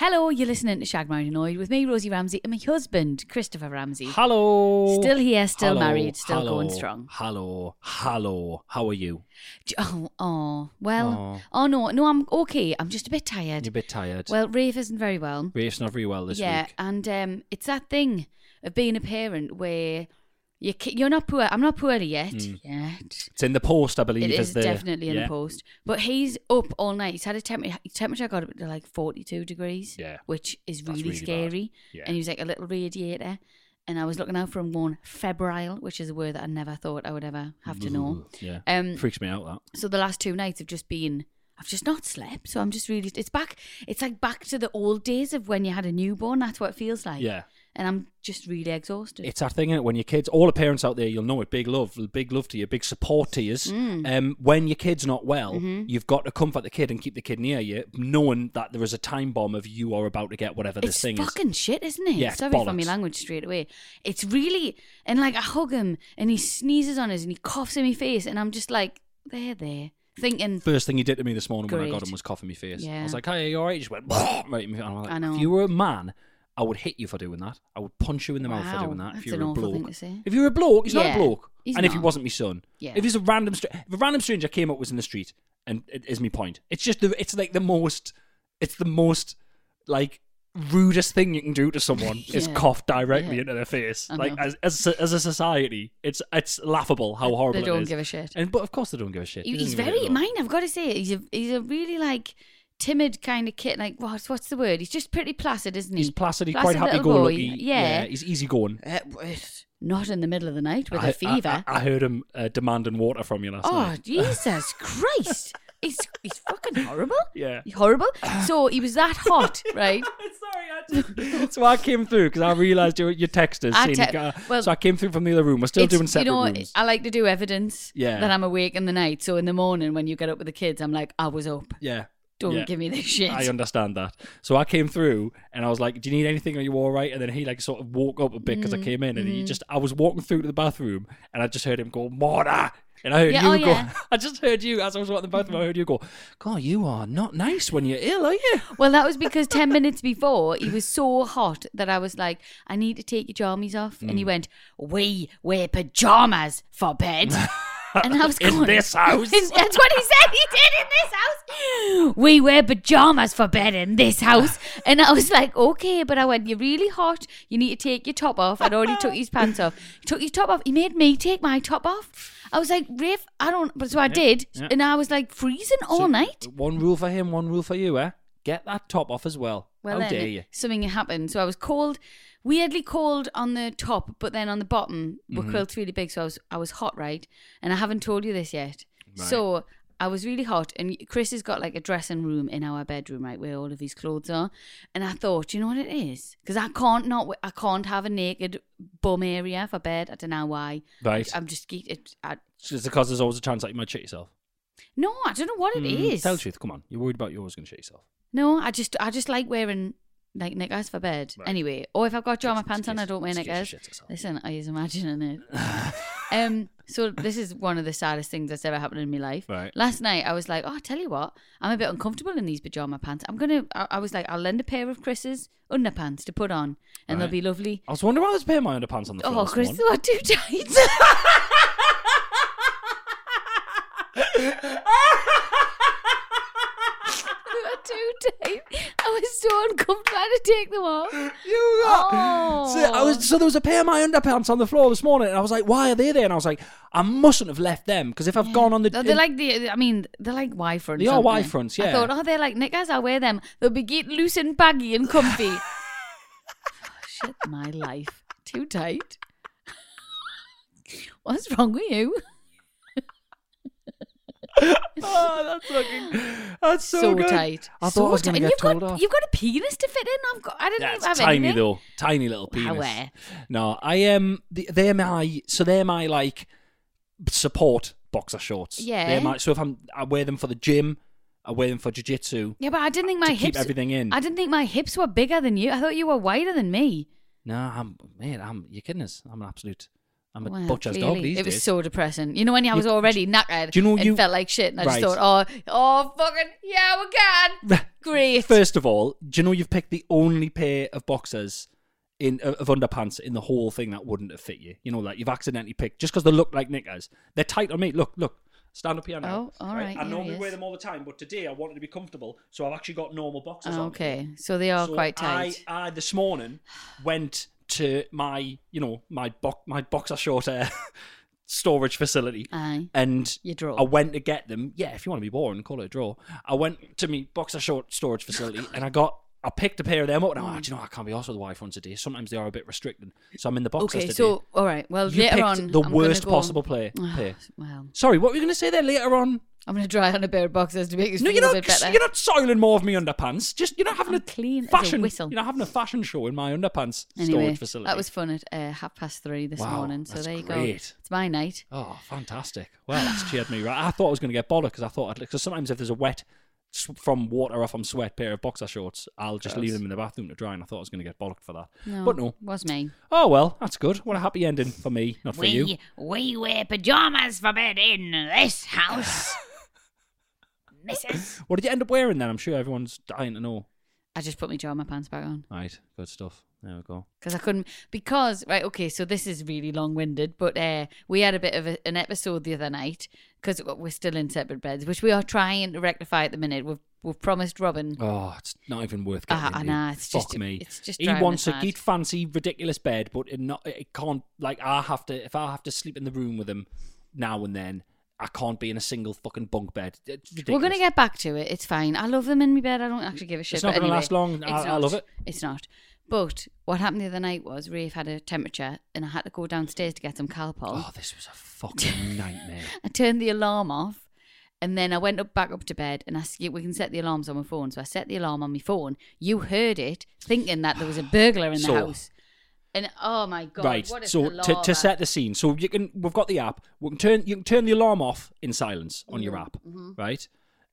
Hello, you're listening to Shag Married Annoyed with me, Rosie Ramsey, and my husband, Christopher Ramsey. Hello. Still here, still married, still going strong. Hello. Hello. How are you? J- Oh, oh well, Aw. oh. no, no, I'm okay. I'm just a bit tired. You're a bit tired. Well, Rafe isn't very well. Rafe's not very well this yeah, week. and um, it's that thing of being a parent where you ki- you're not poor. I'm not poorly yet. Hmm. Yet. It's in the post, I believe. It is is the, definitely in yeah. the post. But he's up all night. He's had a temperature, temperature got up to like 42 degrees, Yeah. which is That's really, really bad. scary. Yeah. And he was like a little radiator. And I was looking out for him going febrile, which is a word that I never thought I would ever have to know. Ooh, Mm-hmm. Yeah. Um, Freaks me out that. So the last two nights have just been, I've just not slept. So I'm just really, it's back, it's like back to the old days of when you had a newborn. That's what it feels like. yeah. And I'm just really exhausted. It's our thing, is When your kids, all the parents out there, you'll know it. Big love, big love to you, big support to you. Mm. Um, when your kid's not well, Mm-hmm. you've got to comfort the kid and keep the kid near you, knowing that there is a time bomb of you are about to get whatever this it's thing is. fucking shit, isn't it? Yeah, it's Sorry for my bollocks. language straight away. It's really and like I hug him and he sneezes on us and he coughs in my face and I'm just like, there, there, thinking. First thing he did to me this morning when I got Great. him was cough in my face. I Yeah. was like, "Hey, you all right?" He just went right. in my- And I'm like, I know. If you were a man, I would hit you for doing that. I would punch you in the mouth for Wow, doing that. that's if you an were a awful bloke, thing to say. if you were a bloke, he's not Yeah, a bloke. he's and if he not. wasn't my son, Yeah. if he's a random, str- if a random stranger came up was in the street, and it is my point. It's just the, it's like the most, it's the most like rudest thing you can do to someone is Yeah. cough directly Yeah. into their face. I Like know. as, as a- as a society, it's it's laughable how They- horrible they it don't is. give a shit. And but of course they don't give a shit. He- They he's don't give a very shit at all. mine. I've got to say, he's a he's a really like timid kind of kid. Like what's what's the word? He's just pretty placid, isn't he? He's placid. He's Placid quite happy little go boy. lucky. Yeah. he's easy going. Uh, but not in the middle of the night with a fever. I, I heard him uh, demanding water from you last Oh night. Jesus Christ! He's he's fucking horrible. Yeah. He's horrible. So he was that hot, right? so I came through because I realised your your text is. I saying te- you got- well, so I came through from the other room. We're still It's- doing separate You know, rooms. I like to do evidence Yeah. that I'm awake in the night. So in the morning when you get up with the kids, I'm like, I was up. yeah. Don't yeah. give me this shit. I understand that. So I came through and I was like, "Do you need anything? Are you all right?" And then he like sort of woke up a bit Mm, because I came in and he just I was walking through to the bathroom and I just heard him go "Mora," and I heard Yeah, you oh, go. yeah. I just heard you as I was walking the bathroom. I heard you go, "God, you are not nice when you're ill, are you?" well, that was because 10 minutes before, he was so hot that I was like, I need to take your jammies off. Mm. And he went, We wear pajamas for bed. And I was In going, this house. That's what he said he did in this house. We wear pajamas for bed in this house. And I was like, okay, but I went, you're really hot. You need to take your top off. I'd already took his pants off. He took his top off. He made me take my top off. I was like, Rafe, I don't. But so I did. yeah. And I was like freezing all So, night. One rule for him, one rule for you, eh? Get that top off as well. Well, How then dare it- you? something happened. So I was cold, weirdly cold on the top, but then on the bottom were Mm-hmm. quilts really big. So I was I was hot, right? And I haven't told you this yet. So I was really hot, and Chris has got like a dressing room in our bedroom, right, where all of his clothes are. And I thought, you know what it is? Because I can't not w- I can't have a naked bum area for bed. I don't know why. Right. I'm just ge- it. I, Just because there's always a chance that you might shit yourself. no, I don't know what it is. Mm, Tell the truth. Come on. You're worried about you're always going to shit yourself. No, I just I just like wearing like knickers for bed. Right. Anyway, or if I've got drama Excuse- pants on, I don't wear excuse your knickers. shit yourself. Listen, I was imagining it. um, so this is one of the saddest things that's ever happened in my life. Right. Last night I was like, oh, I tell you what, I'm a bit uncomfortable in these pajama pants. I'm gonna. I, I was like, I'll lend a pair of Chris's underpants to put on, and they'll Right. be lovely. I was wondering why I was putting my underpants on the floor. Oh, this Chris, morning. they are too tight. too tight. I was so uncomfortable. I had to take them off. You got. Oh. So I was so there was a pair of my underpants on the floor this morning, and I was like, "Why are they there?" And I was like, "I mustn't have left them because if I've gone on the No, They're like the, I mean, they're like Y fronts. They are aren't Y fronts, I yeah. thought, oh, they're like knickers. I'll wear them. They'll be get loose and baggy and comfy. oh, shit, my life. Too tight. What's wrong with you? oh, that's fucking that's so, so good. tight. I thought so I was tight. going And to get you've told got, off. You've got a penis to fit in. I've got. I didn't That's even have tiny anything. though, tiny little penis. eh? No, I am. Um, they're my so they're my like support boxer shorts. Yeah. they're my. So if I'm, I wear them for the gym. I wear them for jujitsu. Yeah, but I didn't think my To keep hips. everything in. I didn't think my hips were bigger than you. I thought you were wider than me. No, I'm man. I'm you're kidding us. I'm an absolute. I'm a Well, butcher's dog clearly. these It was days. so depressing. You know when I You- was already knackered. do you know and you- felt like shit, and I Right. just thought, oh, oh, fucking yeah, we can. Great. First of all, do you know you've picked the only pair of boxers in of of underpants in the whole thing that wouldn't have fit you? You know, like you've accidentally picked just because they look like knickers. They're tight on me. Look, look. Stand up here now. Oh, all right, I here normally he is. wear them all the time, but today I wanted to be comfortable, so I've actually got normal boxers on. Oh, Okay, so they are So quite tight. I, I this morning went to my, you know, my bo- my boxer short uh, storage facility, Aye. and Your drawer. I went to get them. Yeah, if you want to be boring, call it a draw. I went to my boxer short storage facility, and I got. I picked a pair of them up, and I went, "Ah, do you know, what? I can't be asked with the wife ones today. Sometimes they are a bit restricted, so I'm in the boxers Okay, today. so all right. Well, you later picked on, the I'm gonna worst go- possible play, pair. Well, Sorry, what were you going to say there later on? I'm gonna try on a pair of boxers to make this No, you're feel a not. bit better. You're not soiling more of my underpants. Just you're not having I'm a clean as a fashion. whistle. You're not having a fashion show in my underpants Anyway, storage facility. that was fun at uh, half past three this Wow, morning. So that's there you go. great. It's my night. Oh, fantastic! Well, that's cheered me. Right, I thought I was going to get bollocked because I thought I'd because sometimes if there's a wet s- from water or from sweat pair of boxer shorts, I'll just leave them in the bathroom to dry, and I thought I was going to get bollocked for that. But no. was me. Oh well, that's good. What a happy ending for me, not for you. we wear pajamas for bed in this house, Mrs. What did you end up wearing then? I'm sure everyone's dying to know. I just put my pajama pants back on Right, good stuff. There we go. because I couldn't. Because right, okay, so this is really long-winded, but uh, we had a bit of a, an episode the other night because we're still in separate beds, which we are trying to rectify at the minute. We've we've promised Robin. Oh, it's not even worth Ah, getting I into. know, it's Fuck just- me. it's just he driving wants us a mad. good, fancy, ridiculous bed, but it not it can't. Like I have to, if I have to sleep in the room with him now and then, I can't be in a single fucking bunk bed. It's ridiculous. We're gonna get back to it. It's fine. I love them in my bed. I don't actually give a shit. not but gonna anyway, last long. I- it's I love not. it. It's not. But what happened the other night was Rafe had a temperature, and I had to go downstairs to get some Calpol. Oh, this was a fucking nightmare. I turned the alarm off, and then I went up back up to bed, and I s- we can set the alarms on my phone. So I set the alarm on my phone. You heard it, thinking that there was a burglar in the So- house. And oh my god! right. What a So to, palaver. to set the scene, so you can we've got the app. We can turn you can turn the alarm off in silence on Mm-hmm, your app. Right.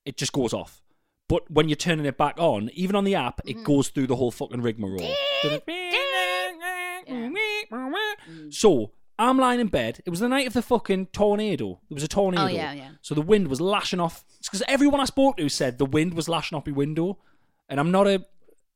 It just goes off. But when you're turning it back on, even on the app, it Mm-hmm. goes through the whole fucking rigmarole. So I'm lying in bed. It was the night of the fucking tornado. There was a tornado. Oh, yeah, yeah. So the wind was lashing off. because everyone I spoke to said the wind was lashing off my window, and I'm not a,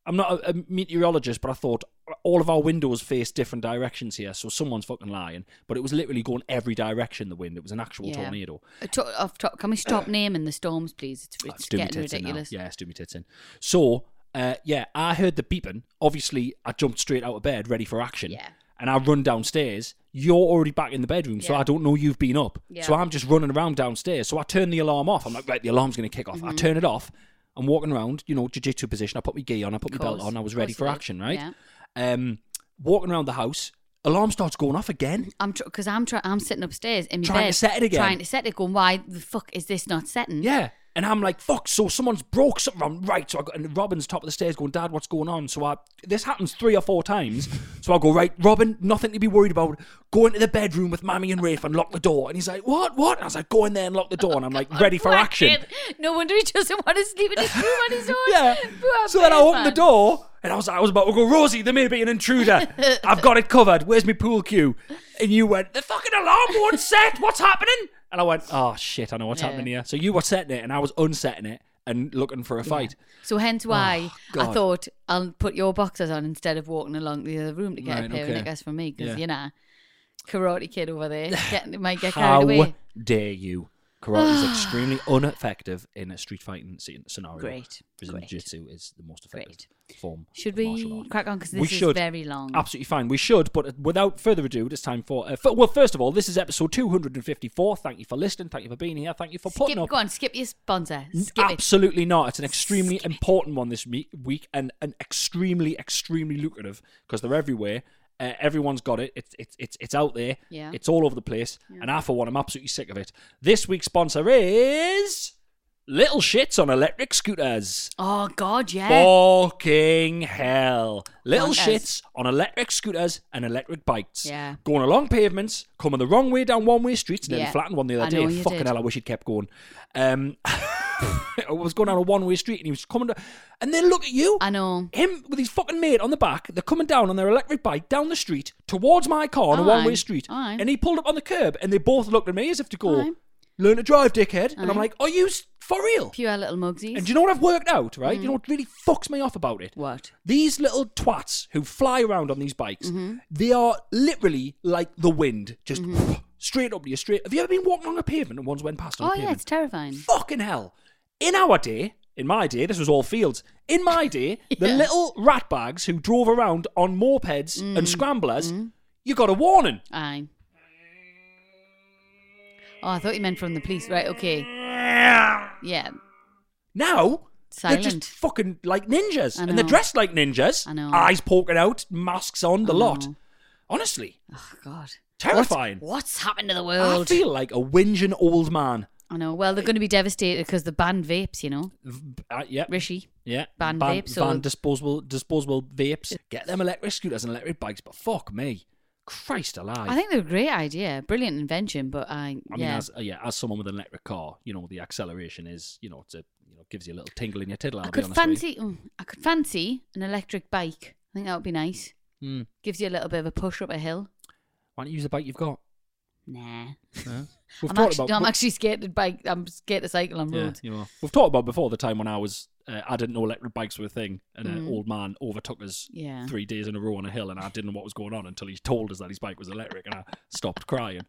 I'm not a, a meteorologist, but I thought all of our windows face different directions here, so someone's fucking lying. But it was literally going every direction. The wind. It was an actual Yeah. tornado. Uh, to- off top- can we stop naming the storms, please? It's, Oh, it's do me getting tits in now. ridiculous. Yeah, it's do me tits in. So, uh, yeah, I heard the beeping. Obviously, I jumped straight out of bed, ready for action. Yeah. And I run downstairs. You're already back in the bedroom, so Yeah. I don't know you've been up. Yeah. So I'm just running around downstairs. So I turn the alarm off. I'm like, right, the alarm's going to kick off. Mm-hmm. I turn it off. I'm walking around, you know, jiu-jitsu position. I put my gi on. I put my belt Course. on. I was ready Course for you did. action, right? Yeah. Um, walking around the house, alarm starts going off again. I'm because I'm trying. I'm sitting upstairs in my Trying to bed, set it again. Trying to set it, going, why the fuck is this not setting? Yeah. And I'm like, fuck, so someone's broke something. I'm right. So I got, and Robin's top of the stairs going, Dad, what's going on? So I, this happens three or four times. So I go, right, Robin, nothing to be worried about. Go into the bedroom with Mammy and Rafe and lock the door. And he's like, what, what? And I was like, go in there and lock the door. And I'm like, ready for action. No wonder he doesn't want to sleep in his room on his own. Yeah. Poor So then I bird opened the man. door and I was, I was about to go, Rosie, there may be an intruder. I've got it covered. Where's my pool cue? And you went, the fucking alarm won't set. What's happening? And I went, oh shit, I know what's happening here. So you were setting it and I was unsetting it and looking for a fight. So hence why I Oh, God. thought I'll put your boxers on instead of walking along the other room to get Right, a pair okay. of knickers from me because Yeah. you know, karate kid over there getting might get carried How away. dare you? Karate is extremely ineffective in a street fighting scen- scenario. Great, Brazilian great. jiu-jitsu is the most effective form. Should of martial we art. crack on? Because this we is should. very long. Absolutely fine. We should, but uh, without further ado, it's time for, uh, f- well. First of all, this is episode two hundred and fifty-four. Thank you for listening. Thank you for being here. Thank you for putting skip, up. go on, skip your sponsor. Skip it. Absolutely not. It's an extremely important one this me- week and, and extremely, extremely lucrative because they're everywhere. Uh, everyone's got it. It's it's it's it's out there. Yeah. It's all over the place. And I for one, I'm absolutely sick of it. This week's sponsor is Little Shits on Electric Scooters. Oh God, yeah. Fucking hell. Little Bonkers. shits on electric scooters and electric bikes. Yeah. Going along pavements, coming the wrong way down one way streets, and then Yeah. flattened one the other I day. know you Fucking did. hell, I wish he'd kept going. Um, I was going down a one way street and he was coming to, and then look at you. I know. Him with his fucking mate on the back, they're coming down on their electric bike down the street towards my car on a Aye. one way street. Aye. And he pulled up on the curb and they both looked at me as if to go, Aye. Learn to drive, dickhead. And I'm Aye. like, Are you s- for real? Pure little mugsies. And do you know what I've worked out, right? Mm. You know what really fucks me off about it? what? These little twats who fly around on these bikes, Mm-hmm. they are literally like the wind, just straight up to you. Straight. Have you ever been walking along a pavement and one's went past Oh on a yeah, pavement? it's terrifying. Fucking hell! In our day, in my day, this was all fields. In my day, the Yeah. little rat bags who drove around on mopeds Mm. and scramblers, you got a warning. Aye. Oh, I thought you meant from the police. Right, okay. Yeah, Now they're Silent. just fucking like ninjas, I and they're know. dressed like ninjas. I know. Eyes poking out, masks on, the I lot. know. Honestly, Oh God. Terrifying. What's, what's happened to the I world? feel like a whinging old man. I know. Well, they're going to be devastated because the banned vapes, you know. Uh, yeah, Rishi. yeah. Ban vapes or- ban disposable disposable vapes. Get them electric scooters and electric bikes, but fuck me, Christ alive. I think they're a great idea, brilliant invention, but I, I mean, yeah, as uh, yeah, as someone with an electric car, you know the acceleration is, you know, it's a, you know, gives you a little tingle in your tiddle. I'll I be could honest with you. fancy. mm, I could fancy an electric bike. I think that would be nice. Hmm. Gives you a little bit of a push up a hill. Why don't you use the bike you've got? Nah, We've I'm talked actually, about- no, I'm we- actually scared to bike. I'm scared to cycle on roads. you are. We've talked about before the time when I was, uh, I didn't know electric bikes were a thing, and an old man overtook us Yeah. three days in a row on a hill, and I didn't know what was going on until he told us that his bike was electric, and I stopped crying.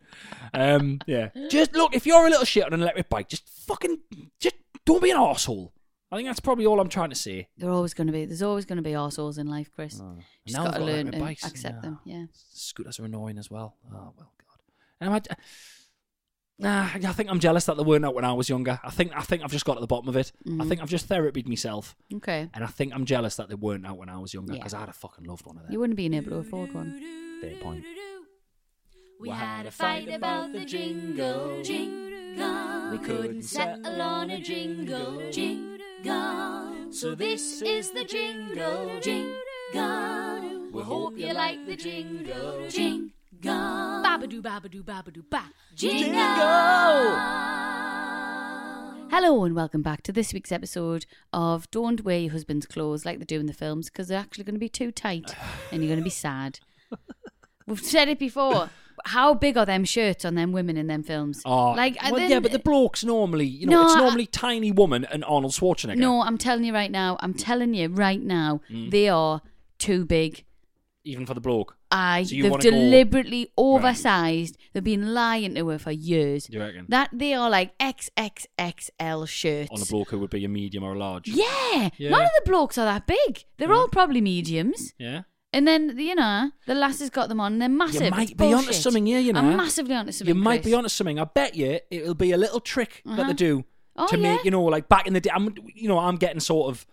Um, yeah, just look if you're a little shit on an electric bike, just fucking, just don't be an asshole. I think that's probably all I'm trying to say. They're always going to be. There's always going to be arseholes in life, Chris. You Just Now got I've to got learn electric to bikes, accept yeah. them. Yeah. Scooters are annoying as well. Oh well, God. And I, nah, I think I'm jealous that they weren't out when I was younger. I think I think I've just got to the bottom of it. I Mm-hmm. think I've just therapied myself. Okay. And I think I'm jealous that they weren't out when I was younger Yeah. because I'd have fucking loved one of them. You wouldn't be able to afford one. Fair point. We had a fight about the jingle, jingle. We couldn't settle on a jingle, jingle. So this is the jingle, jingle. We hope you like the jingle, jingle. Babadoo, babadoo, babadoo, ba. Jingle. Hello and welcome back to this week's episode of Don't Wear Your Husband's Clothes Like They Do in the Films because they're actually going to be too tight and you're going to be sad. We've said it before. How big are them shirts on them women in them films? Oh, like I well, then- yeah, but the blokes normally, you know, No, it's I- normally tiny woman and Arnold Schwarzenegger. no, I'm telling you right now. I'm telling you right now, Mm. they are too big. even for the bloke. Aye, So you they've wanna go- deliberately oversized. They've been lying to her for years. Do you reckon? That they are like XXXL shirts. On a bloke who would be a medium or a large. Yeah. Yeah. None of the blokes are that big. They're all probably mediums. Yeah? And then, you know, the lass has got them on. They're massive. You might It's be onto bullshit. something here, you know. I'm massively onto something. You might Chris. be onto something. I bet you it'll be a little trick that Uh-huh. they do Oh, to yeah. make, you know, like back in the day, I'm, you know, I'm getting sort of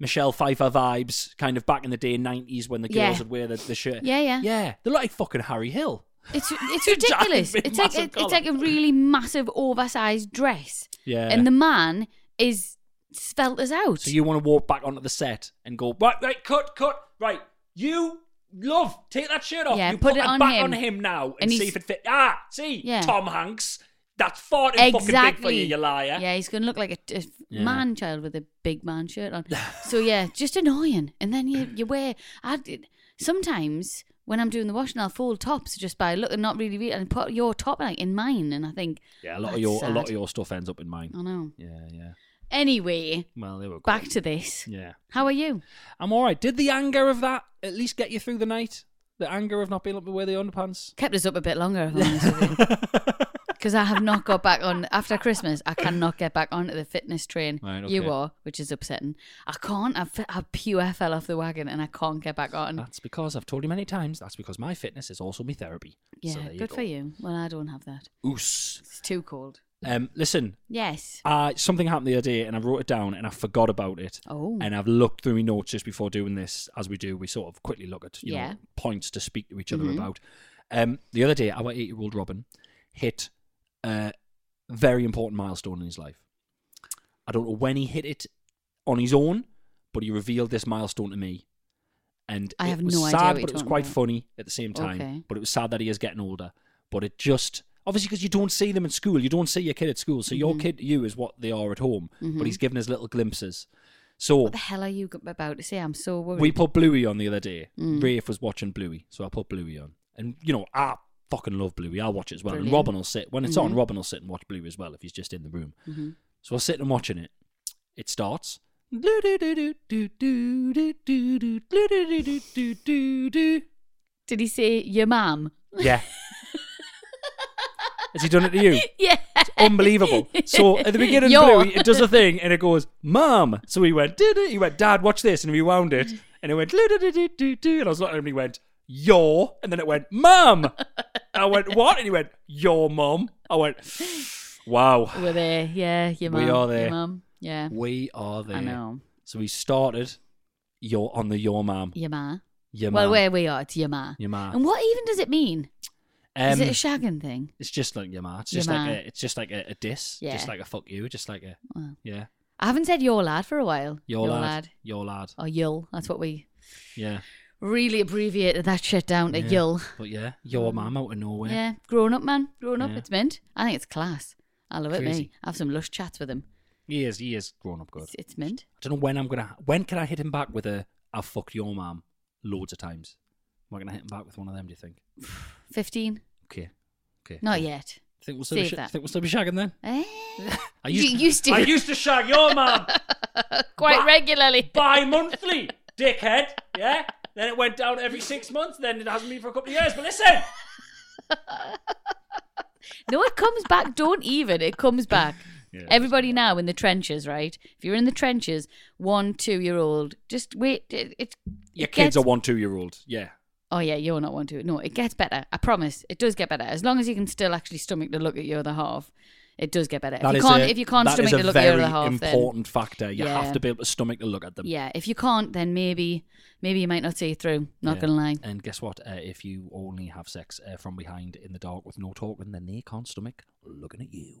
Michelle Pfeiffer vibes kind of back in the day, 90s when the girls Yeah. would wear the, the shirt. Yeah, yeah. Yeah. They're like fucking Harry Hill. It's it's Giant ridiculous. big it's like massive it, it's like a really massive oversized dress, Yeah. and the man is spelt as out. So you want to walk back onto the set and go, right, right, cut, cut, right. You love take that shirt off. Yeah, you put put it that on back him. on him now and, And see he's- if it fit. Ah, see, Yeah. Tom Hanks, that's far too fucking big for exactly, you, you liar. Yeah, he's gonna look like a, a Yeah. man child with a big man shirt on. so yeah, just annoying. And then you you wear. I did- sometimes when I'm doing the washing, I'll fold tops just by looking, not really, really and put your top like in mine, and I think Yeah, a lot of That's your a lot sad. Oh. of your stuff ends up in mine. I know. Yeah, yeah. Anyway, Well, they were back to this. Yeah, How are you? I'm all right. Did the anger of that at least get you through the night? The anger of not being able to wear the underpants. Kept us up a bit longer. If I'm honest with you. because I have not got back on after Christmas. I cannot get back onto the fitness train. Right, You okay. are, which is upsetting. I can't. I, fe- I pure fell off the wagon and I can't get back on. That's because I've told you many times. That's because my fitness is also my therapy. yeah, so there you good go. for you. Well, I don't have that. Oos. It's too cold. Um, listen, Yes. uh, something happened the other day, and I wrote it down, and I forgot about it. Oh. And I've looked through my notes just before doing this. As we do, we sort of quickly look at you Yeah. Mm-hmm. know points to speak to each other about. Um, the other day, our eight-year-old Robin hit a very important milestone in his life. I don't know when he hit it on his own, but he revealed this milestone to me. And I it have was no idea sad, what you're but it was talking quite about. funny at the same time. Okay. But it was sad that he is getting older. But it just obviously because you don't see them in school, you don't see your kid at school. So your kid, to you is what they are at home. But he's given us little glimpses. So What the hell are you g- about to say? I'm so worried. we put Bluey on the other day. Rafe was watching Bluey, so I put Bluey on. And you know, I fucking love Bluey. I'll watch it as well. Brilliant. And Robin will sit when it's on. Robin will sit and watch Bluey as well if he's just in the room. So I'll sit and watching it. It starts. Yeah. Did he say your mum? Has he done it to you? Yeah. unbelievable. So at the beginning, Yo. Bluey, it does a thing and it goes, "Mom." So he went, did it? He went, "Dad, watch this," and rewound it, and it went, "Do-do-do-do-do-do," and I was like, and he went, "Your," and then it went, "Mum." I went, "What?" And he went, "Your mum." I went, "Wow, We're there. Yeah, your We mum. are Your there. mum. Yeah. we are there." I know. So we started, "Your" on the "Your mom." Your ma. Your Well, mom. where we are, it's your ma. Your ma. And what even does it mean? Is Um, it a shagging thing? it's just like your ma. It's Your just ma. like a, it's just like a, a diss. Yeah. Just like a fuck you. Just like a Wow. yeah. I haven't said your Oh. lad for a while. Your, lad, Your lad. Or yul. That's what we Yeah. really abbreviated that shit down to yul. But yeah, your mum out of nowhere. Yeah. Grown up, man. Grown up. Yeah. It's mint. I think it's class. I love it, me. Crazy. I have some lush chats with him. He is. He is grown up good. It's, it's mint. I don't know when I'm gonna. When can I hit him back with a "I've fucked your mum" loads of times? Am I gonna hit him back with one of them? Do you think? 15? Okay. Okay. Not yet. Think we'll still be save sh- that. think we'll still be shagging then. Eh? I You used, used to. I used to shag your mum Quite Ba- regularly. bi-monthly, dickhead. Yeah. Then it went down every six months. Then it hasn't been for a couple of years. But listen, No, it comes back. Don't even. It comes back. Everybody now in the trenches, right? If you're in the trenches, one, two year old, just wait. It, it, your it gets- kids are one two-year-old. Yeah. Oh, yeah, you're not one, two. No, it gets better. I promise. It does get better. As long as you can still actually stomach the look at your other half, it does get better. That if you is can't, a- if you can't that is stomach the a look at your very other half, then. important factor. You Yeah. have to be able to stomach the look at them. Yeah, if you can't, then maybe maybe you might not see it through. Not Yeah. gonna lie. And guess what? Uh, if you only have sex uh, from behind in the dark with no talking, then they can't stomach looking at you.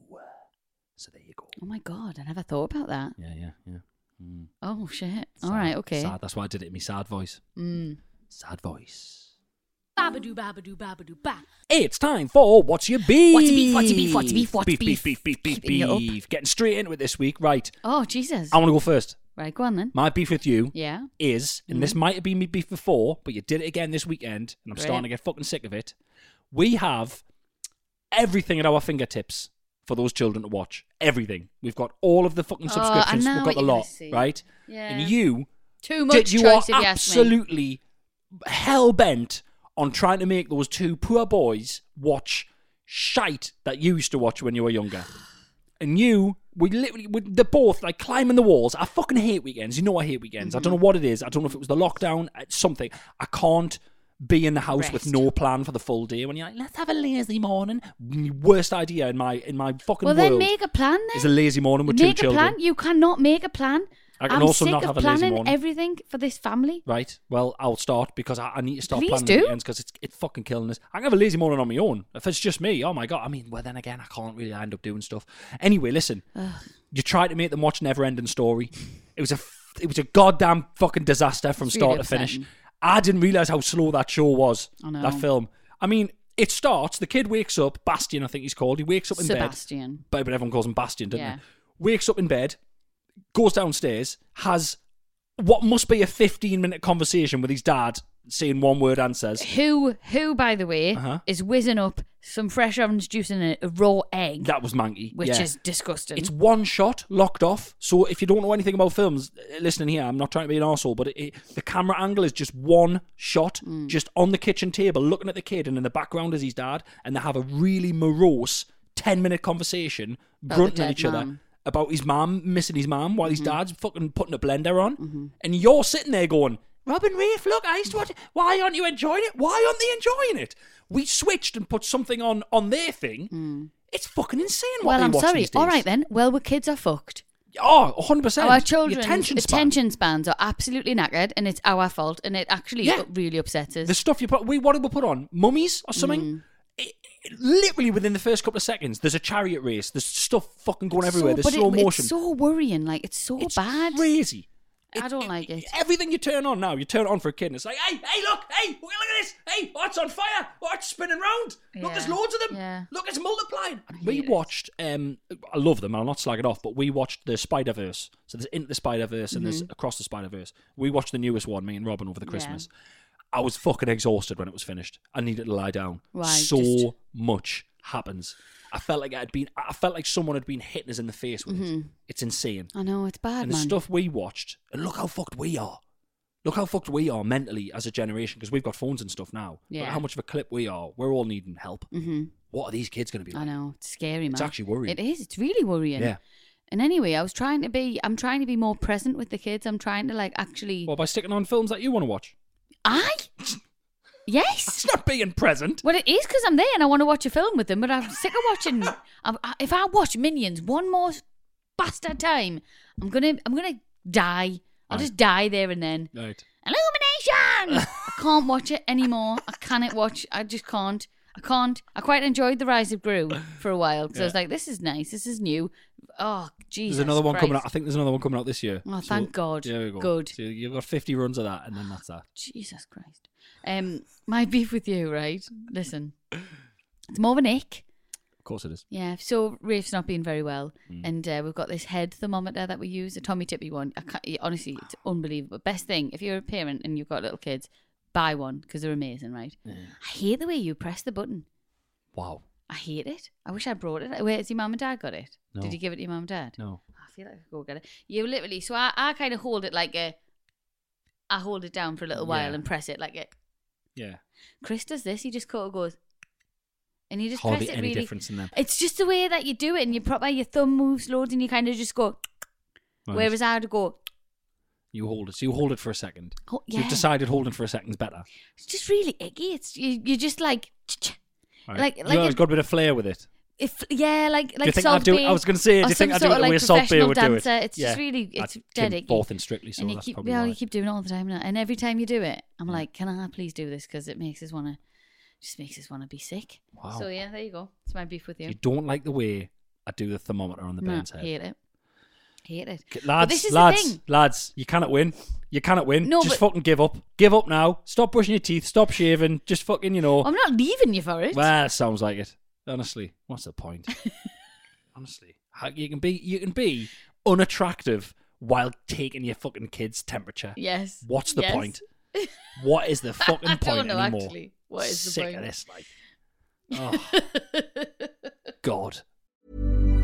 So there you go. Oh my god, I never thought about that. Yeah, yeah, yeah. Oh shit. All Sad, right, okay. Sad. That's why I did it in my sad voice. Mm. Sad voice. Babadoo, babadoo, babadoo, ba. It's time for What's Your Beef? What's your beef? What's your beef? What's your beef? What's your beef? Beef, beef, beef? beef, beef, Keeping it up. beef. Getting straight into it this week. Right. Oh Jesus. I want to go first. Right, go on then. My beef with you Yeah. is, and this might have been me beef before, but you did it again this weekend, and I'm Mm-hmm. Right. starting to get fucking sick of it. We have everything at our fingertips for those children to watch. Everything. We've got all of the fucking Oh, I subscriptions. know We've what got the you're gonna lot, say. right? Yeah. And you, Too did, much you choice are if you ask me. absolutely hell bent on trying to make those two poor boys watch shite that you used to watch when you were younger. And you, we literally, we, they're both like climbing the walls. I fucking hate weekends. You know I hate weekends. I don't Mm-hmm. know what it is. I don't know if it was the lockdown, uh, something. I can't be in the house with Rest. no plan for the full day. When you're like, let's have a lazy morning. Worst idea in my in my fucking Well world then make a plan then. is a lazy morning with make two children. a plan. You cannot make a plan. I can am also sick not of have a lazy planning morning. everything for this family. Right. Well, I'll start because I, I need to start Please planning do. because it's it's fucking killing us. I can have a lazy morning on my own if it's just me. Oh my god. I mean, well then again, I can't really end up doing stuff. Anyway, listen. You tried to make them watch Never Ending Story. It was a f- it was a goddamn fucking disaster from It's really start to finish. upsetting. I didn't realize how slow that show was. I know. That film. I mean, it starts. The kid wakes up. Bastian, I think he's called. He wakes up in bed Sebastian. but, but everyone calls him Bastion, doesn't Yeah. they? Wakes up in bed, goes downstairs, has what must be a 15 minute conversation with his dad, saying one word answers. Who who by the way Uh-huh. is whizzing up some fresh orange juice and a, a raw egg, That was manky. which yeah. is disgusting. It's one shot, locked off. So if you don't know anything about films, eh, listen here. I'm not trying to be an arsehole, but it, it, the camera angle is just one shot, Mm. just on the kitchen table, looking at the kid, and in the background is his dad, and they have a really morose 10 minute conversation the grunting dead at Mm-hmm. each other mum. about his mum missing his mum while his dad's fucking putting a blender on. Mm-hmm. And you're sitting there going, Robin Reef, look, I used to watch it. Why aren't you enjoying it? Why aren't they enjoying it? We switched and put something on on their thing. It's fucking insane what Mm. well, they I'm watch sorry. these days. All right then. Well, we're kids are fucked. Oh, 100%. Our Your children's attention attention, span. spans are absolutely knackered, and it's our fault. And it actually Yeah. really upsets us. The stuff you put, we what did we put on? Mummies or something? Mm. It, it- literally within the first couple of seconds, there's a chariot race. There's stuff fucking going everywhere. So- there's but slow it, motion. It's so worrying. Like it's so It's bad. Crazy. I don't like it. Everything you turn on now, you turn it on for a kid, and it's like, hey, hey, look, hey, look at this, hey, oh, it's on fire, oh, it's spinning round. Look, there's Yeah. loads of them. Yeah. Look, it's multiplying. hate We it. watched, um, I love them. I'll not slag it off, but we watched the Spider Verse. So there's into the Spider Verse and there's Mm-hmm. across the Spider Verse. We watched the newest one, me and Robin, over the Christmas. I was fucking exhausted when it was finished. I needed to lie down. Right, so just- much happens. I felt like I'd been. I felt like someone had been hitting us in the face with Mm-hmm. it. It's insane I know it's bad, and the man. stuff we watched, and look how fucked we are. Look how fucked we are mentally as a generation because we've got phones and stuff now. Look Yeah. how much of a clip we are. We're all needing help. Mhm. What are these kids going to be I like? know it's scary, man. It's actually worrying. It is. It's really worrying. Yeah. And anyway, I was trying to be. I'm trying to be more present with the kids. I'm trying to like actually. Well, by sticking on films that you want to watch. I. Yes. It's not being present. Well, it is because I'm there and I want to watch a film with them, but I'm sick of watching. I'm, I, if I watch Minions one more bastard time, I'm gonna I'm gonna die. I'll Aye. just die there and then. Right. Illumination! I can't watch it anymore. I cannot watch. I just can't. I can't. I quite enjoyed the rise of Gru for a while because I was like, "This is nice. This is new." Oh, Jesus! There's another one coming out. Christ. I think there's another one coming out this year. Oh, thank God. There we go. Good. So you've got 50 runs of that, and then that's that. Jesus Christ. Um, my beef with you, right? Listen, it's more of an ick. Of course it is. Yeah, so Rafe's not been very well, Hmm. and uh, we've got this head thermometer that we use, a Tommy Tippy one. I can't, yeah, honestly, it's unbelievable. Best thing if you're a parent and you've got little kids, buy one because they're amazing, right? I hate the way you press the button. Wow. I hate it. I wish I brought it. Wait, has your mum and dad got it? No. Did you give it to your mum and dad? No. I feel like I could go get it. You literally, so I, I kind of hold it like a, I hold it down for a little while Yeah. and press it like a. Yeah. Chris does this. He just kind of goes, and you just Hardly press it any really. difference in them. It's just the way that you do it, and you proper your thumb moves loads, and you kind of just go. Right. Whereas I would go, you hold it. So you hold it for a second. oh, So yeah, You've decided holding for a second's better. it's just really icky. It's you, you're just like, ch-ch. Right. Like- You like always a- got a bit of flair with it. if yeah, like like do you think Salt I do? it? Bae I was going to say, or do you think I some sort do it of, the like, way Salt Bay professional would do it? dancer? It's just really- I it's came dead icky. Fourth in Strictly, so and you that's keep probably yeah, why. you keep doing it all the time now. And every time you do it, I'm like, can I please do this because it makes us want to, just makes us want to be sick. Wow. So yeah, there you go. It's my beef with you. You don't like the way I do the thermometer on the No, band's head. hate it. Hate it. K, But Lads, this is the lads, thing. lads, you cannot win. You cannot win. No, just but- fucking give up. Give up now. Stop brushing your teeth. Stop shaving. Just fucking, you know. I'm not leaving you for it. Well, sounds like it. Honestly, what's the point? Honestly, how- you can be you can be unattractive while taking your fucking kid's temperature. yes. What's the Yes. point? What is the fucking I point don't know anymore? actually. What is the Sick point? of this, like. Oh, God.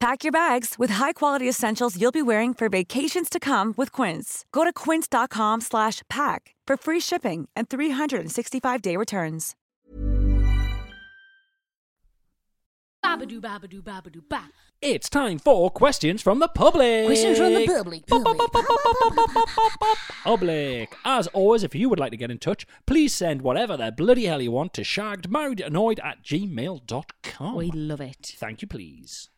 Pack your bags with high-quality essentials you'll be wearing for vacations to come with Quince. Go to quince.com slash pack for free shipping and 365-day returns. Babadoo, babadoo, babadoo, ba. It's time for questions from the public. Questions from the public. Bop, bop, Public. bop, bop, bop, bop, bop, bop, bop, bop. Public. As always, if you would like to get in touch, please send whatever the bloody hell you want to shaggedmarriedannoyed at gmail.com. We love it. Oh, Thank you, please.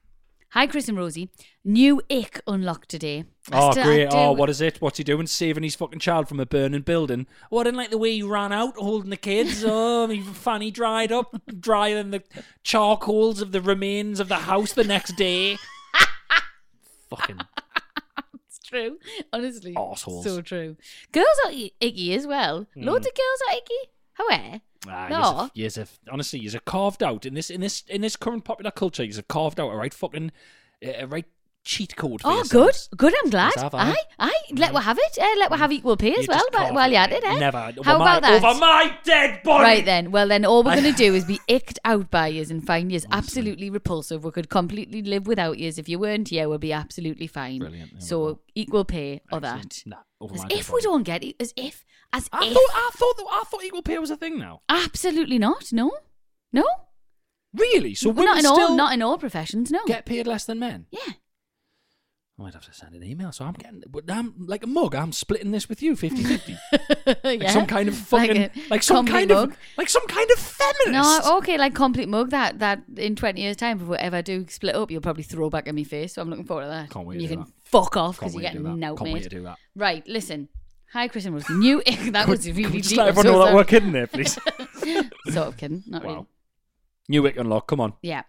Hi, Chris and Rosie. New ick unlocked today. I Oh, still- I great. do- Oh, what is it? What's he doing? Saving his fucking child from a burning building. Oh, I didn't like the way you ran out holding the kids. Oh, my fanny dried up, drier than the charcoals of the remains of the house the next day. fucking It's true. Honestly. Arseholes. So true. Girls are i- icky as well. Loads of girls are icky. However, Hmm. Ah, No. yes, if honestly, you're carved out in this in this in this current popular culture. You're carved out a right fucking a right cheat code. For Oh, good, yourselves. good. I'm glad. Yes, I've- aye, aye. Let we have it. Eh, let we have equal pay Mm. You as well. just But carved while it, you at mate. it, eh? Never How over my, about that? Over my dead body. Right then. Well then, all we're I- going to do is be icked out by yous and find yous absolutely repulsive. We could completely live without yous. If you weren't here, we'd be absolutely fine. Brilliant. There we So go. equal pay or that. Nah, over As my dead if we body. don't get it. As if. As I if. thought I thought that- I thought equal pay was a thing now. Absolutely not. No. No. Really? So Well, women not in still all. Not in all professions. No. get paid less than men. yeah. I might have to send an email. So I'm getting, but I'm like a mug. I'm splitting this with you 50-50. Like Yeah. some kind of fucking, like, a some complete kind mug. of, like some kind of feminist. No, okay, like complete mug that that in twenty years' time, if we ever do split up, you'll probably throw back in my face. So I'm looking forward to that. Can't wait You to do can that. fuck off Can't because you're wait to do getting that. out, Can't wait to mate. do that. Right, listen. Hi, Chris and Rose. New ick. That was Can really we just deep. let I'm everyone so know that sorry. we're kidding there, please? Sort of kidding. Not really. wow. New Wick Unlock, come on. Yeah.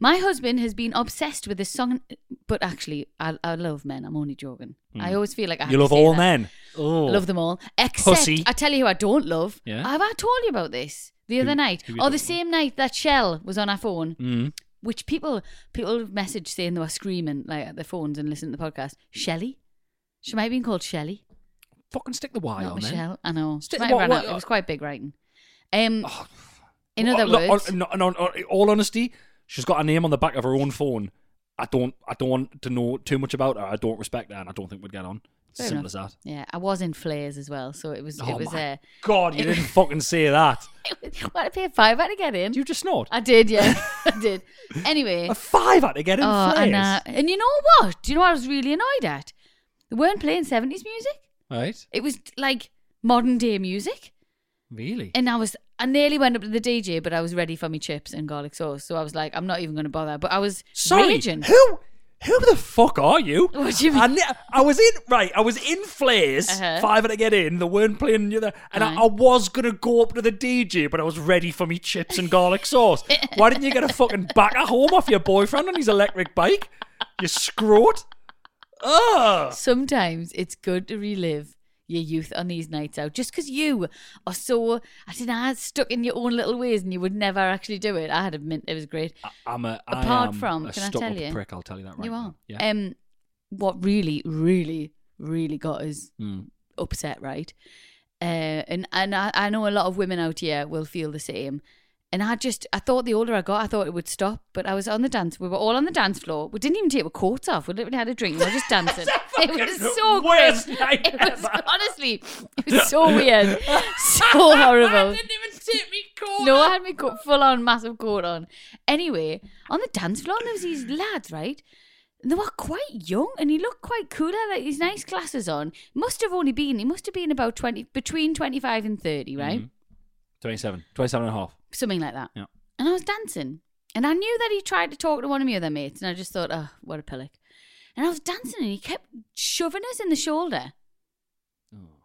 My husband has been obsessed with this song, but actually, I, I love men. I'm only joking. I always feel like I have Hmm. You to love say all that. men. Oh. Love them all. Except, Pussy. I tell you who I don't love. Yeah? Have I told you about this the Who- other night? who you Or don't the love? same night that Shell was on our phone, Mm. which people people messaged saying they were screaming like at their phones and listening to the podcast. Shelly? She might have been called Shelly. Fucking stick the wire Not on then. Michelle. I know. She Stick- might have what- run what- out. It was quite big writing. Um, in Oh, other look, words, on- no, no, no, in all honesty, she's got a name on the back of her own phone. I don't, I don't want to know too much about her. I don't respect her, and I don't think we'd get on. Fair Simple enough. as that. yeah, I was in flares as well, so it was Oh it was my uh, God, you didn't fucking say that. Well, I paid five I had to get in. Did you just snort? I did, yeah, I did. Anyway, A five had to get in Oh, flares. and, uh, and you know what? Do you know what I was really annoyed at? They weren't playing 70s music. Right? It was like modern day music. Really? And I was, I nearly went up to the DJ, but I was ready for my chips and garlic sauce. So I was like, I'm not even going to bother. But I was Sorry, raging. who? Who the fuck are you? What do you mean? I, ne- I was in right. I was in flares. Uh-huh. Five had to get in. They weren't playing the other, and I, Aye. I was gonna go up to the DJ, but I was ready for me chips and garlic sauce. Why didn't you get a fucking back at home off your boyfriend on his electric bike? You scrot. Ugh. Sometimes it's good to relive your youth on these nights out just because you are so, I don't know, stuck in your own little ways and you would never actually do it. I had a mint, it was great. I'm a I Apart am from- a can I stuck tell up you? prick. I'll tell you that right. you now. are. Yeah. Um, what really, really, really got us Mm. upset, right? Uh, and and I, I know a lot of women out here will feel the same. And I just, I thought the older I got, I thought it would stop. But I was on the dance. We were all on the dance floor. We didn't even take our coats off. We literally had a drink. We were just dancing. it was fucking so worst grim. night It was ever. honestly, it was so weird, so horrible. even take me cold. No, I had my coat, full on massive coat on. Anyway, on the dance floor, there was these lads, right? And they were quite young, and he looked quite cool. Had like these nice glasses on. Must have only been he must have been about twenty, between twenty five and thirty, right? 27, 27 and a half. Something like that. Yeah. And I was dancing, and I knew that he tried to talk to one of my other mates, and I just thought, oh, what a pillock. And I was dancing, and he kept shoving us in the shoulder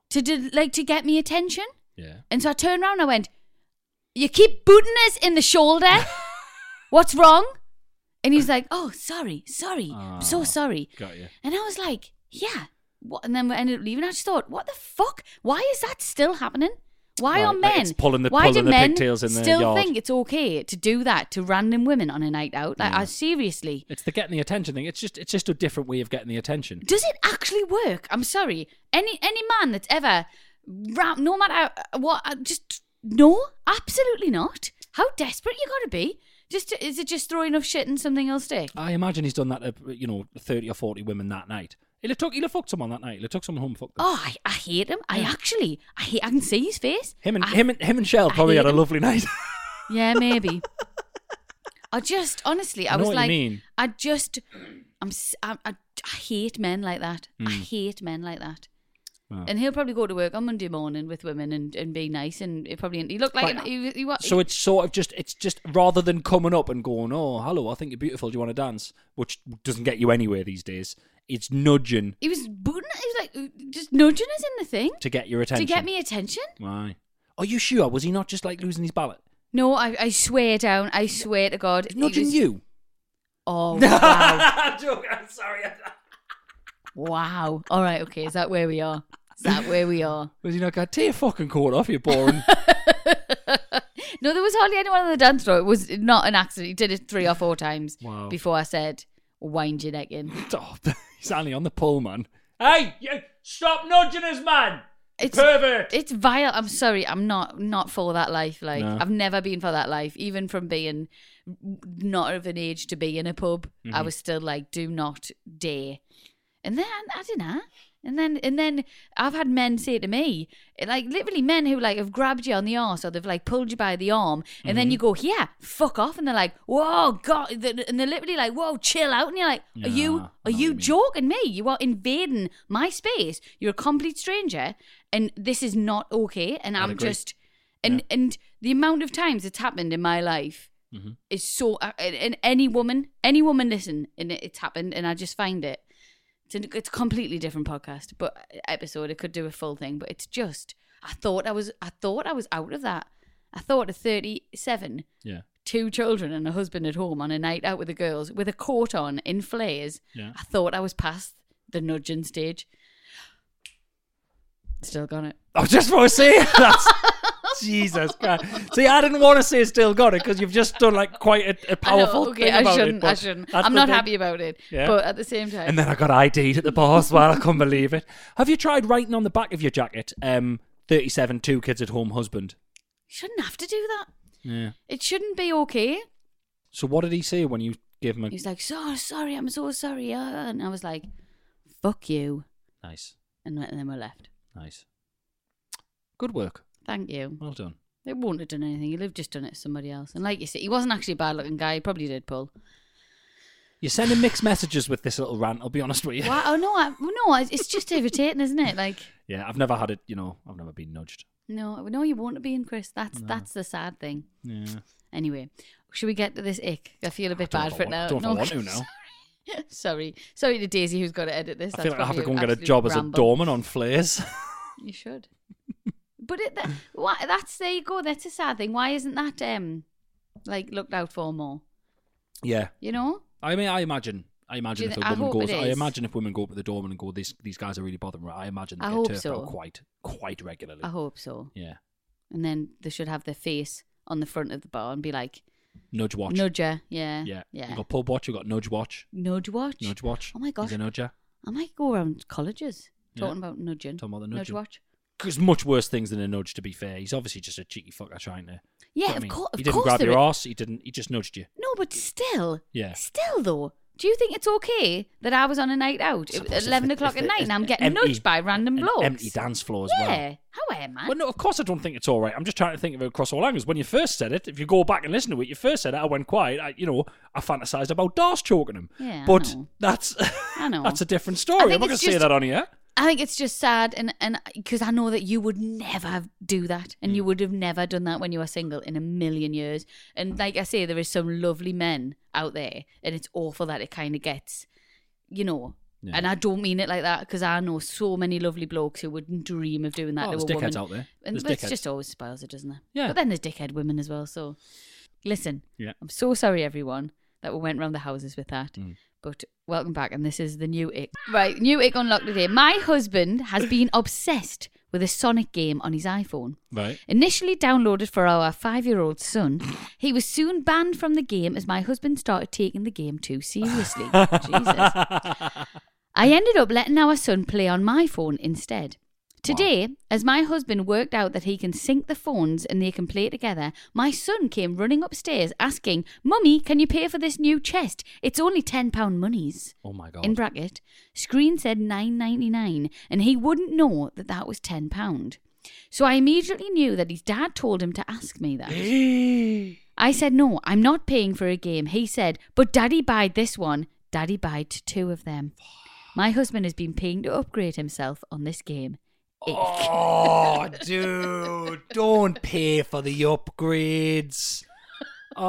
to do, like to get me attention. Yeah. And so I turned around and I went, You keep booting us in the shoulder. What's wrong? And he's like, Oh, sorry, sorry. I'm so Ah, sorry. Got you. And I was like, Yeah. What? And then we ended up leaving. I just thought, What the fuck? Why is that still happening? Why Right, are like men it's pulling the- why pulling do the men pigtails in the still yard? think it's okay to do that to random women on a night out? Like, I seriously, It's the getting the attention thing. It's just it's just a different way of getting the attention. does it actually work? I'm sorry, any any man that's ever ram, no matter what, I just no, absolutely not. How desperate you got to be? Just to, is it just throwing enough shit and something else stick? I imagine he's done that to you know thirty or forty women that night. He'll have took he'll have fucked someone that night. He'll have took someone home. and Fucked them. Oh, I, I hate him. I actually, I hate, I can see his face. him and I- him and him and Shell I probably had hate a him. lovely night. Yeah, maybe. I just honestly, I, I know was what you like, mean. I just, I'm, s- I, I, I hate men like that. I hate men like that. Hmm. Wow. And he'll probably go to work on Monday morning with women and, and be nice and it probably he looked like Right. he, he, he, wa- so it's sort of just it's just rather than coming up and going, oh hello, I think you're beautiful. Do you want to dance? Which doesn't get you anywhere these days. It's nudging he was booting it. He was like uh, just nudging us in the thing to get your to attention. get me attention. Why? Are you sure? Was he not just like losing his ballot? No, I, I swear down. I swear to God, he Nudging was- you. Oh wow. Joke, I'm sorry. Wow. All right. Okay. Is that where we are? Is that where we are? Was he not going, take your fucking coat off, you boring. No, there was hardly anyone on the dance floor. It was not an accident. He did it three or four times Wow. before I said, wind your neck in. oh, he's only on the pole, man. Hey, you, stop nudging us, man. It's Pervert. it's vile. I'm sorry. I'm not not for that life. Like No. I've never been for that life. Even from being not of an age to be in a pub, Mm-hmm. I was still like, do not dare. And then I, don't know. And then and then I've had men say to me, like literally men who like have grabbed you on the arse or they've like pulled you by the arm, and then you go, yeah, fuck off, and they're like, whoa, god, and they're literally like, whoa, chill out, and you're like, are Yeah, you I are know what you you mean. joking me? You are invading my space. You're a complete stranger, and this is not okay. And I'd I'm agree. just and and the amount of times it's happened in my life is so. uh, And and any woman, any woman, listen, and it- it's happened, and I just find it. It's a, it's a completely different podcast, but episode. It could do a full thing, but it's just. I thought I was. I thought I was out of that. I thought at thirty-seven, Yeah. two children and a husband at home on a night out with the girls with a coat on in flares. Yeah. I thought I was past the nudging stage. Still got it. I Oh, just want to say that's Jesus Christ. See, I didn't want to say still got it because you've just done like quite a, a I know, powerful okay, thing I about shouldn't. it. I but shouldn't. that's I'm the not thing. happy about it. Yeah. But at the same time, And then I got ID'd at the bar as well. I can't believe it. Have you tried writing on the back of your jacket, um, 37, two kids at home, husband? you shouldn't have to do that. Yeah. It shouldn't be okay. So what did he say when you gave him a He's like, so sorry, I'm so sorry, uh," and I was like, fuck you, nice, and then we're left. nice, good work, Thank you. well done? They wouldn't have done anything. He'd have just done it to somebody else. And like you say, he wasn't actually a bad-looking guy. He probably did pull. You're sending mixed messages with this little rant. I'll be honest with you. Wow, oh no, I, well, no, it's- it's just irritating, isn't it? Like, Yeah, I've never had it. You know, I've never been nudged. no, no, you won't be in Chris. That's that's the sad thing. Yeah, Anyway, should we get to this ick? I feel a bit I bad don't for it now. know if I want- I don't know if I want to now. Sorry, sorry to Daisy who's got to edit this. I That's feel like I have to go probably and get a absolute job as a ramble. doorman on Flares. You should. but it, that, why, that's there you go. That's a sad thing. Why isn't that um like looked out for more? yeah, You know, I mean, I imagine. I imagine you if thi- a I woman hope it goes, I is. imagine if women go up to the doorman and go, "These these guys are really bothering me." I imagine they I get hope turfed so. out quite quite regularly. I hope so. Yeah, And then they should have their face on the front of the bar and be like nudge watch. nudger. Yeah, Yeah, yeah. You got pub watch. You got nudge watch. Nudge watch. Nudge watch. Oh my gosh. He's a nudger. I might go around colleges Yeah. talking about nudging. Talking about the nudge nudging. watch. There's much worse things than a nudge. To be fair, he's obviously just a cheeky fucker trying to. Yeah, Do you know what I of, mean? cour- of He course. didn't grab there your is- ass. He didn't. He just nudged you. No, but still. Yeah. Still though, do you think it's okay that I was on a night out I at suppose if eleven it- o'clock if at it- night and I'm an getting empty- nudged by random an blokes? Empty dance floor as well. yeah. How am I? Well, no, of course I don't think it's all right. I'm just trying to think of it across all angles. When you first said it, if you go back and listen to it, you first said it. I went quiet. I, you know, I fantasized about Dars choking him. Yeah, I but know. that's I know. that's a different I story. think I'm not going to it's say just- that on here. I think it's just sad, and and because I know that you would never have- do that, and Mm. you would have never done that when you were single in a million years. And like I say, there is some lovely men out there, and it's awful that it kind of gets, you know. And I don't mean it like that because I know so many lovely blokes who wouldn't dream of doing that Oh, to a there's woman. dickheads out there. And There's but it's dickheads. just always spoils it, doesn't it? Yeah. But then there's dickhead women as well. So, listen, Yeah. I'm so sorry, everyone, that we went round the houses with that. But welcome back, and this is the new ick. Right, new ick unlocked today. My husband has been obsessed with a Sonic game on his iPhone. Right. Initially downloaded for our five year old son, he was soon banned from the game as my husband started taking the game too seriously. Jesus. I ended up letting our son play on my phone instead. Today, as my husband worked out that he can sync the phones and they can play together, my son came running upstairs asking, Mummy, can you pay for this new chest? It's only £10 monies. Oh my god. In bracket, screen said nine ninety nine, and he wouldn't know that that was ten pound. So I immediately knew that his dad told him to ask me that. I said no, I'm not paying for a game. He said, but Daddy buyed this one. Daddy buyed two of them. My husband has been paying to upgrade himself on this game. Ick. Oh, dude, don't pay for the upgrades. Oh,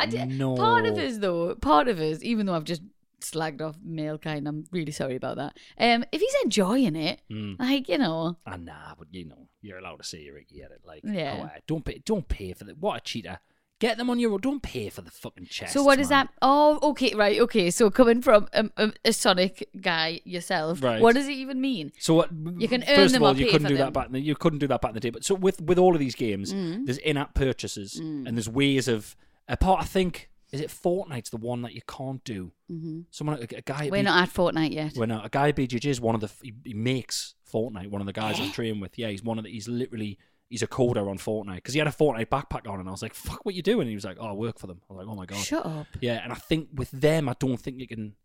I did- no. Part of us, though, part of us, even though I've just slagged off male kind, I'm really sorry about that. Um, if he's enjoying it, Mm. like you know, Ah, nah, but you know, you're allowed to say you're a get it. Like, Yeah. yeah. don't pay, don't pay for the what a cheater. Get them on your own. Don't pay for the fucking chest. So what is that? Oh, okay, right, okay. So coming from um, um, a Sonic guy yourself, Right. what does it even mean? So what? You can earn first them of all, or you pay for couldn't do them. Mm. that back. In the, you couldn't do that back in the day. But so with with all of these games, there's in-app purchases and there's ways of. Apart, I think is it Fortnite's the one that you can't do. Mm-hmm. Someone, a, a guy. at We're B- not at Fortnite yet. When uh, a, a guy at BGG is one of the f- he, he makes Fortnite. One of the guys I train with. Yeah, he's one of the. He's literally he's a coder on Fortnite because he had a Fortnite backpack on, and I was like, "Fuck, what you doing?" And he was like, "Oh, I work for them." I was like, "Oh my god." Shut up. Yeah, and I think with them, I don't think you can.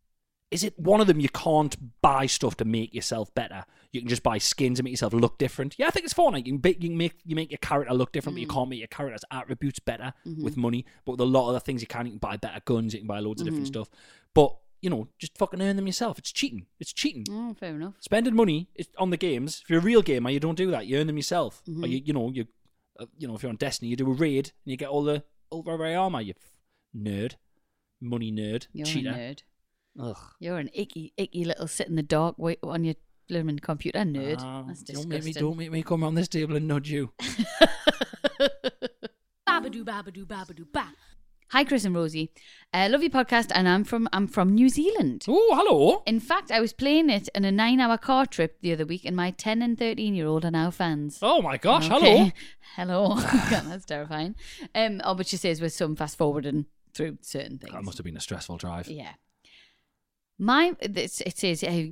Is it one of them you can't buy stuff to make yourself better? You can just buy skins and make yourself look different. Yeah, I think it's Fortnite. You can, ba- you can make you make your character look different, but you can't make your character's attributes better with money. But with a lot of the things you can, you can buy better guns, you can buy loads of different stuff. But you know, just fucking earn them yourself. It's cheating. It's cheating. Oh, fair enough. Spending money is- on the games. If you're a real gamer, you don't do that. You earn them yourself. Mm-hmm. Or you, you know, you, uh, you know, if you're on Destiny, you do a raid and you get all the ultra rare armor. You f- nerd, money nerd, You're cheater. a nerd. Ugh. You're an icky, icky little sit in the dark wait on your blooming computer nerd. Ah, That's disgusting. don't make me, don't make me come on this table and nudge you. Babadoo, babadoo, babadoo, ba. Hi, Chris and Rosie. I love your podcast, and I'm from I'm from New Zealand. Oh, hello. In fact, I was playing it in a nine-hour car trip the other week, and my ten and thirteen-year-old are now fans. Oh my gosh, hello. Okay. Hello. God, that's terrifying. Um, oh, but she says with some fast forwarding through certain things. That must have been a stressful drive. Yeah. My this, it says uh,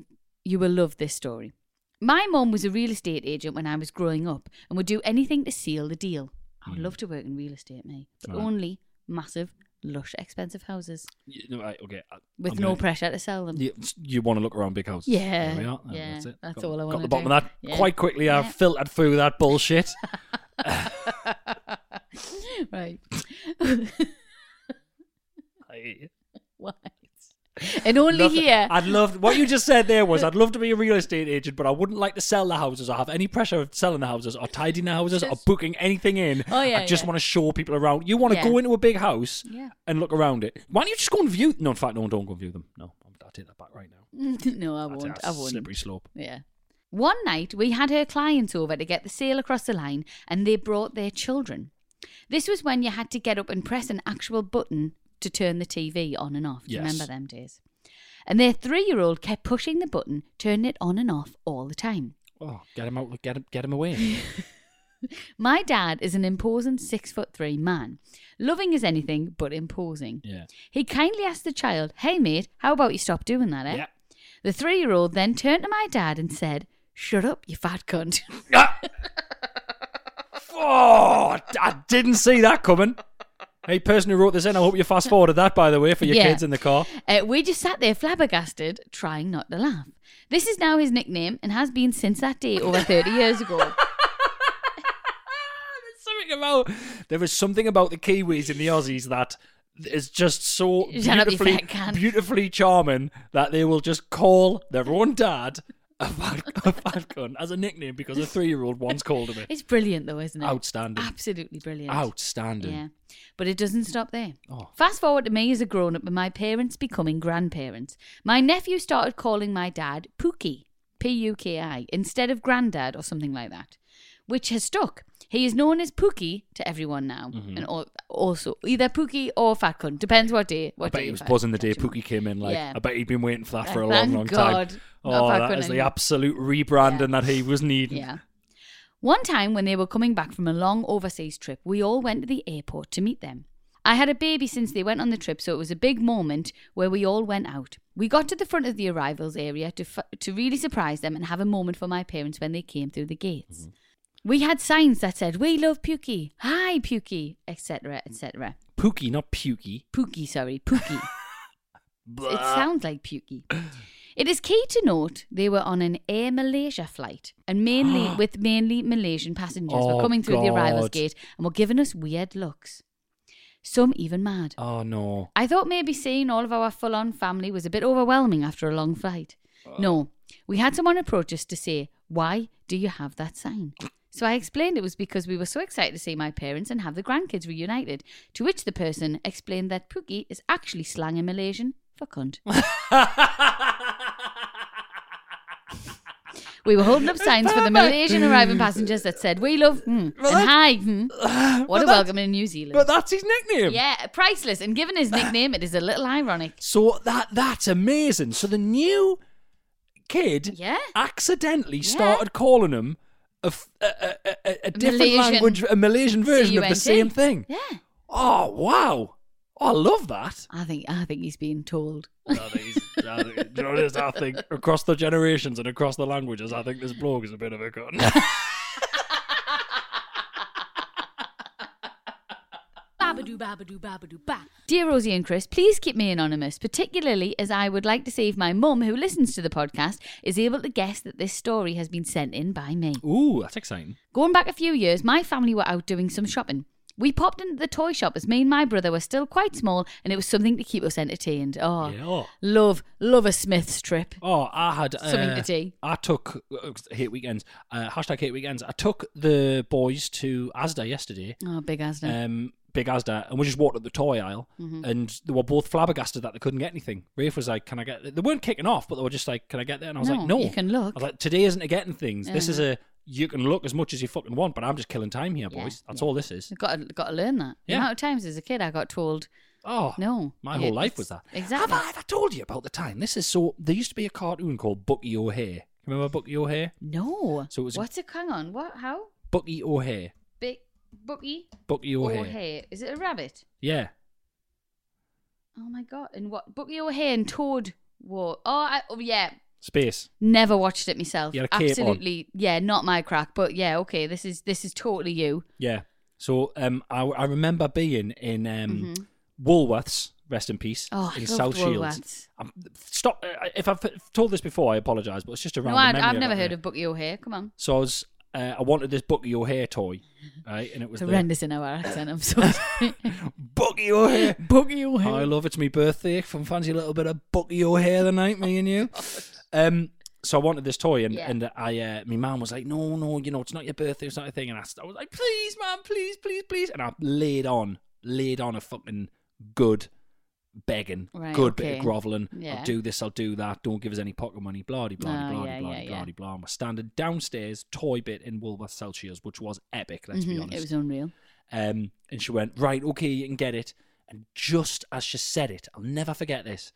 you will love this story. My mum was a real estate agent when I was growing up, and would do anything to seal the deal. I would love to work in real estate, mate, but Hmm. Right. only massive, lush, expensive houses You- no, right, okay. I- with I'm no gonna- pressure to sell them. You, you want to look around big houses. Yeah, There we are. There, yeah, that's it. that's got, all I Got wanna the bottom do. of that Yeah. quite quickly. I Yeah. filtered through that bullshit. Right. I- What? And only Nothing- here. I'd love what you just said there was I'd love to be a real estate agent, but I wouldn't like to sell the houses or have any pressure of selling the houses or tidying the houses or booking anything in. Oh, yeah, I just yeah. want to show people around. You want to Yeah. go into a big house Yeah. and look around it. Why don't you just go and view? No, in fact, no, don't go and view them. No, I'm- I'll take that back right now. no, I That's- won't. that's I a won't. Slippery slope. Yeah. One night, we had her clients over to get the sale across the line, and they brought their children. This was when you had to get up and press an actual button to turn the TV on and off. Do you Yes. Remember them days? And their three year old kept pushing the button, turning it on and off all the time. Oh, get him out! Get him! Get him away! My dad is an imposing six foot three man, loving as anything but imposing. yeah. He kindly asked the child, Hey mate, how about you stop doing that, eh? Yeah. The three year old then turned to my dad and said, Shut up, you fat cunt. Oh, I didn't see that coming. Hey, person who wrote this in, I hope you fast forwarded that, by the way, for your Yeah. kids in the car. Uh, we just sat there flabbergasted, trying not to laugh. This is now his nickname and has been since that day over 30 years ago. something about there was something about the Kiwis and the Aussies that is just so Shut up, you beautifully fat cunt. beautifully charming that they will just call their own dad a bad, a bad cunt as a nickname because a three year old once called him it. It's brilliant, though, isn't it? Outstanding. Absolutely brilliant. Outstanding. Yeah. But it doesn't stop there. Oh. Fast forward to me as a grown up and my parents becoming grandparents. My nephew started calling my dad Pookie, P U K I, instead of granddad or something like that, which has stuck. He is known as Pookie to everyone now, Mm-hmm. and al- also either Pookie or Fat Cunt, depends what day. What I day bet he you was find- buzzing the day catch him on. Pookie came in. Like, Yeah. I bet he'd been waiting for that for a long, Thank long God. time. Not Oh, that that good is the anymore. absolute rebranding that he was needing. Yeah. One time when they were coming back from a long overseas trip, we all went to the airport to meet them. I had a baby since they went on the trip, so it was a big moment where we all went out. We got to the front of the arrivals area to, f- to really surprise them and have a moment for my parents when they came through the gates. We had signs that said, We love Pukey, hi Pukey, etc., etc. Pookie, not Pukey. Pookie, sorry, Pookie. it sounds like Pukey. It is key to note they were on an Air Malaysia flight, and mainly with mainly Malaysian passengers were Oh, coming through the arrivals God. gate and were giving us weird looks. Some even mad. Oh, no. I thought maybe seeing all of our full on family was a bit overwhelming after a long flight. Oh. No, we had someone approach us to say, Why do you have that sign? So I explained it was because we were so excited to see my parents and have the grandkids reunited. To which the person explained that Pookie is actually slang in Malaysian for cunt. We were holding up signs for the Malaysian arriving passengers that said, We love hmm, and hi. Hmm. What a welcome in New Zealand. But that's his nickname. Yeah, priceless. And given his nickname, it is a little ironic. So that that's amazing. So the new kid Yeah. accidentally Yeah. started calling him a, f- a- a- a- a different Malaysian- language, a Malaysian version of the CUNT. same thing. Yeah. Oh wow! I love that. I think I think he's being told. Do you know what it is? I think across the generations and across the languages, I think this blog is a bit of a con. Babadoo, babadoo, babadoo, ba. Dear Rosie and Chris, please keep me anonymous, particularly as I would like to see if my mum, who listens to the podcast, is able to guess that this story has been sent in by me. Ooh, that's exciting. Going back a few years, my family were out doing some shopping. We popped into the toy shop as me and my brother were still quite small, and it was something to keep us entertained. Oh, Yeah. love, love a Smith's trip. Oh, I had Something to uh, do. I took uh, hate weekends. Uh, hashtag hate weekends. I took the boys to ASDA yesterday. Oh, big Asda. um, Big Asda, and we just walked up the toy aisle, Mm-hmm. and they were both flabbergasted that they couldn't get anything. Rafe was like, "Can I get?" They weren't kicking off, but they were just like, "Can I get there?" And I was No, like, "No, you can look. Uh-huh. I was like, "Today isn't a getting things. This is a you can look as much as you fucking want, but I'm just killing time here, Yeah, boys. That's all this is." I've got to, got to learn that. The Uh, Yeah. amount of times as a kid I got told, Oh No, my it- whole life it's- was that. exactly. Have I ever told you about the time? This is so. There used to be a cartoon called Bucky O'Hare. Remember Bucky O'Hare? no. So it was a- What's it? Hang on. What? How? Bucky O'Hare. Big Bucky? Bucky O'Hare. O'Hare. Is it a rabbit? Yeah. Oh my god! And what Bucky O'Hare and Toad wore? Oh, I, oh yeah. Space. Never watched it myself. You had a cape on. Absolutely, yeah, not my crack. But yeah, okay, this is this is totally you. Yeah. So um, I, I remember being in um, Woolworths, rest in peace, Mm-hmm. Oh, I in loved South Shields. Woolworths. Um, stop. uh, If I've told this before, I apologise, but it's just a No, random I, memory I've I've never got heard there. of Bucky O'Hare. Come on, So I was, uh, I wanted this Bucky O'Hare toy, right? And it was it's horrendous in our accent. I'm sorry, the Bucky O'Hare. Bucky I O'Hare. love it's my birthday. Come fancy a little bit of Bucky O'Hare tonight, me and you. Um, so I wanted this toy, and Yeah. and I, uh, my mum was like, "No, no, you know, it's not your birthday, it's not a thing." And I, st- I was like, "Please, mum, please, please, please," and I laid on, laid on a fucking good begging, Right, good bit okay. of grovelling. Yeah. I'll do this, I'll do that. Don't give us any pocket money, blah de blah Oh, de blah yeah, de blah yeah, de yeah. blah de blah. And we're standing downstairs, toy bit in Woolworth Celsius, which was epic. Let's be Mhm, honest. It was unreal. Um, and she went, right, okay, you can get it. And just as she said it, I'll never forget this.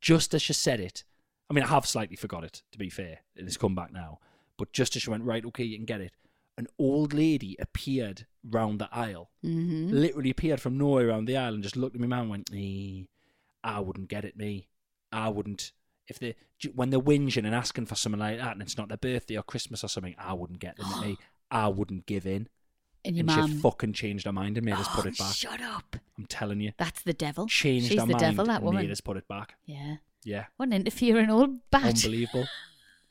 Just as she said it, I mean, I have slightly forgot it, to be fair. It has come back now. But just as she went, right, okay, you can get it, an old lady appeared round the aisle. Hmm? Mm-hmm. Literally appeared from nowhere round the aisle and just looked at me, man, and went, eh, I wouldn't get it, me. I wouldn't. If they do- when they're whinging and asking for something like that, and it's not their birthday or Christmas or something, I wouldn't get them at me. I wouldn't give in And your and she mum. fucking changed her mind and made us put Oh, it back. Shut up! I'm telling you, That's the devil. changed She's her the mind devil. That and woman. made us put it back. Yeah. Yeah, What an interfering old bat. unbelievable.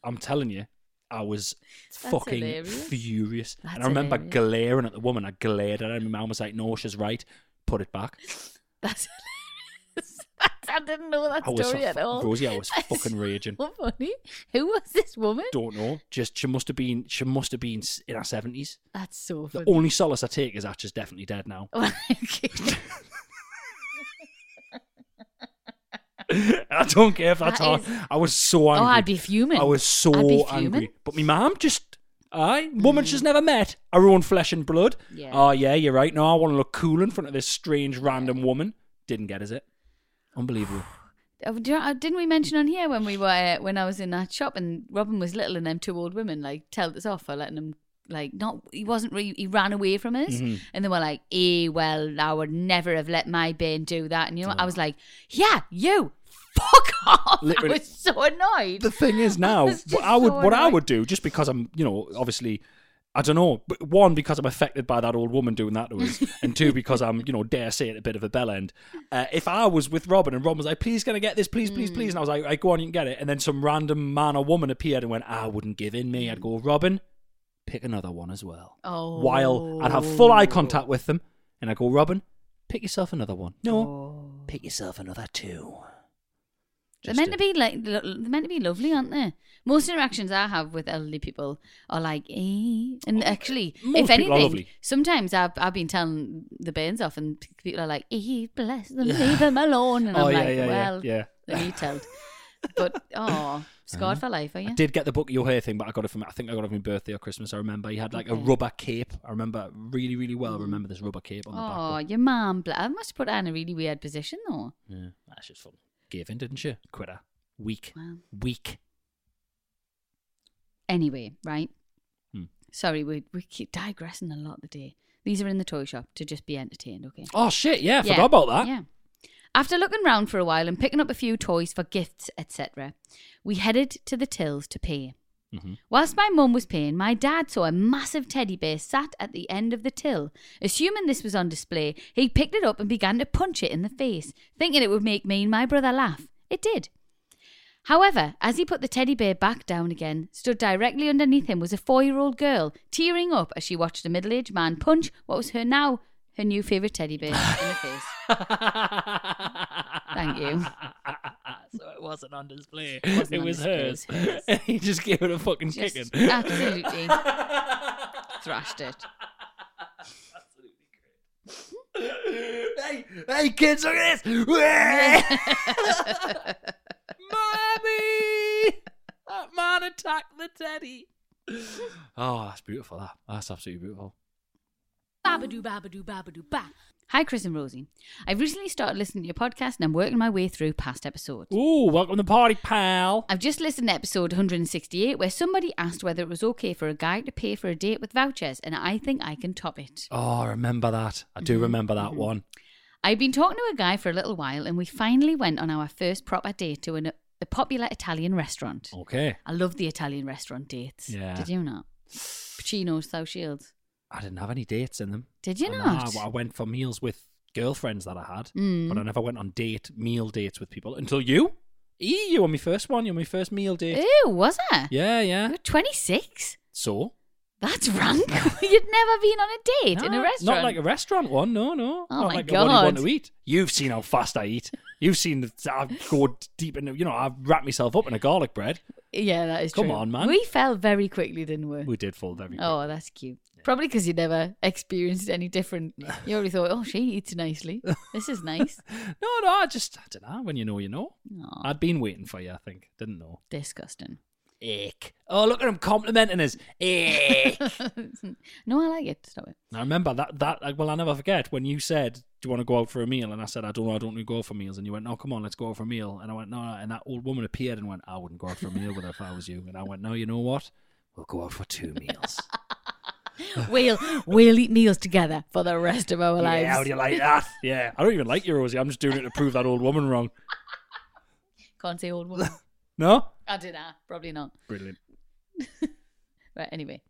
I'm telling you, I was That's fucking hilarious. furious. and That's I remember hilarious. glaring at the woman. I glared at her, and my mum was like, "No, she's right. Put it back." That's hilarious. That's- I didn't know that I was story fu- at all. Rosie, I was That's fucking raging. So funny. Who was this woman? Don't know. Just she must have been. She must have been s- in her seventies. That's so The funny. only solace I take is that she's definitely dead now. Okay. I don't care if that's That how. is- I was so oh, angry. I'd be fuming. I was so I'd be fuming. angry. But my mum just Aye, woman she's never met, her own flesh and blood. Yeah. Oh yeah, you're right. No, I want to look cool in front of this strange random woman. Didn't get is it? Unbelievable. Uh, do you know- uh, Didn't we mention on here when we were uh, when I was in that shop and Robin was little and them two old women like tell us off for letting him like not he wasn't really he ran away from us Mm-hmm. and they were like eh well I would never have let my Bane do that and you know Oh. what? I was like yeah you fuck off Literally. I was so annoyed the thing is now It's what just I would so what I annoying. would do just because I'm you know obviously I don't know but one because I'm affected by that old woman doing that to us and two because I'm you know dare say it a bit of a bell end uh, if I was with Robin and Robin was like please can I get this please please please and I was like right, go on you can get it and then some random man or woman appeared and went I wouldn't give in me I'd go Robin pick another one as well Oh. while I'd have full eye contact with them and I go Robin pick yourself another one no pick yourself another two Oh. They're Just meant to a- be like lo- they're meant to be lovely, aren't they? Most interactions I have with elderly people are like, eh. and actually, Oh, most if people are anything, lovely. sometimes I've I've been telling the burns off, and people are like, eh, bless them, leave them alone, and Oh, I'm yeah, like, yeah, yeah, well, yeah. then you tell. But oh, Uh-huh. scarred for life, are you? I did get the book of your hair thing, but I got it from I think I got it from my birthday or Christmas. I remember he had like a rubber cape. I remember really, really well. I remember this rubber cape on the back. Mm. Oh, but- your mum. bl- I must have put her in a really weird position though. Yeah, that's just fun. Gave in, didn't she? Quitter. Weak. Wow. Weak. Anyway, right? Hmm. Sorry, we we keep digressing a lot today. These are in the toy shop to just be entertained, okay? Oh shit! Yeah, I forgot about that. Yeah. After looking round for a while and picking up a few toys for gifts, etc., we headed to the tills to pay. Mm-hmm. Whilst my mum was paying, my dad saw a massive teddy bear sat at the end of the till. Assuming this was on display, he picked it up and began to punch it in the face, thinking it would make me and my brother laugh. It did. However, as he put the teddy bear back down again, stood directly underneath him was a four year old girl, tearing up as she watched a middle aged man punch what was her now her new favourite teddy bear in the face. Thank you. so it wasn't on display. wasn't it on was display, it hers. was hers. and he just gave it a fucking Just kicking. absolutely thrashed it. hey, hey, kids, look at this! Mommy! That man attacked the teddy. Oh, that's beautiful. That that's absolutely beautiful. Babadoo, babadoo, babadoo, ba. Hi, Chris and Rosie. I've recently started listening to your podcast and I'm working my way through past episodes. Ooh, welcome to the party, pal. I've just listened to episode 168 where somebody asked whether it was okay for a guy to pay for a date with vouchers, and I think I can top it. Oh, I remember that. I do remember that one. I've been talking to a guy for a little while, and we finally went on our first proper date to an, a popular Italian restaurant. Okay. I love the Italian restaurant dates. Oh. Yeah. Did you not? Pacino's South Shields. I didn't have any dates in them. Did you I know, not? I, I went for meals with girlfriends that I had, but I never went on date meal dates with people until you. Eee, you were my first one. You were my first meal date. Ew, was I? Yeah, yeah. You're 26? So That's rank. You'd never been on a date in Nah, a restaurant. Not like a restaurant one, no, no. Oh not my like a one you want God. to eat. You've seen how fast I eat. You've seen that I go deep in. You know, I wrap myself up in a garlic bread. yeah, that is Come true. on, man. We fell very quickly, didn't we? We did fall very. quick. oh, that's cute. Probably because you never experienced any different. You already thought, oh, she eats nicely. This is nice. No, no. I just I don't know. When you know, you know. Aw. I'd been waiting for you. I think didn't know. Disgusting. Ick. Oh, look at him complimenting us. Ick. no, I like it. Stop it. I remember that that like, well I never forget when you said do you want to go out for a meal and I said I don't know I don't really go out for meals and you went no come on let's go out for a meal and I went no no," and that old woman appeared and went I wouldn't go out for a meal with her if I was you and I went no you know what we'll go out for two meals We'll we'll eat meals together for the rest of our yeah how lives. do you like that yeah I don't even like you Rosie I'm just doing it to prove that old woman wrong Can't say old woman. no I did that. Probably not. brilliant Right, anyway.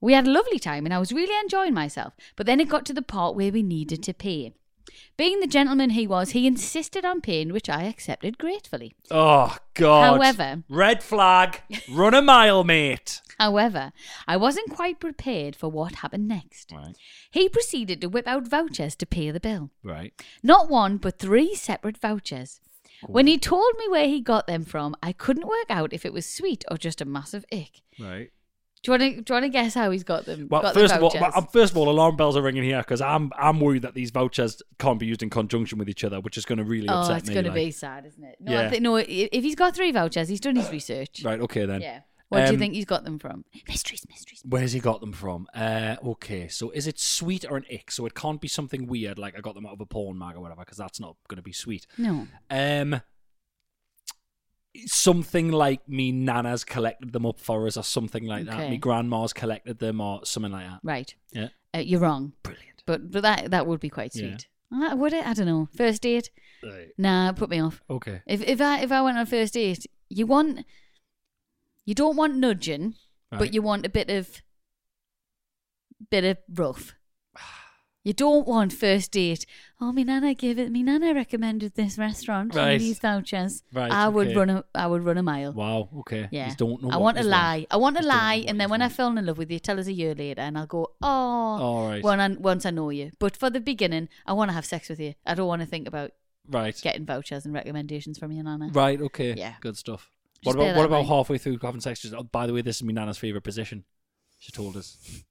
We had a lovely time and I was really enjoying myself, but then it got to the part where we needed to pay. Being the gentleman he was, he insisted on paying, which I accepted gratefully. oh god However- red flag run a mile mate However, I wasn't quite prepared for what happened next. right He proceeded to whip out vouchers to pay the bill. right Not one, but three separate vouchers. When he told me where he got them from, I couldn't work out if it was sweet or just a massive ick. right Do you want to, do you want to guess how he's got them? Well, got first the of all, vouchers? well, um, first of all, alarm bells are ringing here because I'm I'm worried that these vouchers can't be used in conjunction with each other, which is going to really Oh, upset it's me. going to like- be sad, isn't it? No, Yeah. I think no. i- If he's got three vouchers, he's done his research. right. Okay then. Yeah. What do you Um, think he's got them from? Mysteries, mysteries. Where's he got them from? Uh, okay, so is it sweet or an ick? So it can't be something weird like I got them out of a porn mag or whatever, because that's not going to be sweet. No. Um, something like me nana's collected them up for us, or something like that. Okay. Me grandma's collected them, or something like that. Right. Yeah, Uh, you're wrong. brilliant. But but that that would be quite Yeah. sweet. Uh, would it? I don't know. First date? Right. Nah, it put me off. Okay, If if I if I went on a first date, you want you don't want nudging, Right. but you want a bit of bit of rough. You don't want first date. Oh, me nana gave it. Me nana recommended this restaurant. Right. Right. These vouchers. Right, I okay. would run a. I would run a mile. wow. Okay, Yeah. Just don't know. I what want a is what. lie. I want a Just don't know lie, what and then is when I what. fell in love with you, tell us a year later, and I'll go, oh, All right. When I, once I know you, but for the beginning, I want to have sex with you. I don't want to think about Right. getting vouchers and recommendations from your nana. Right. Okay. Yeah. Good stuff. Just what bear about what that in about mind. halfway through having sex? Just, oh, by the way, this is my nana's favorite position. She told us.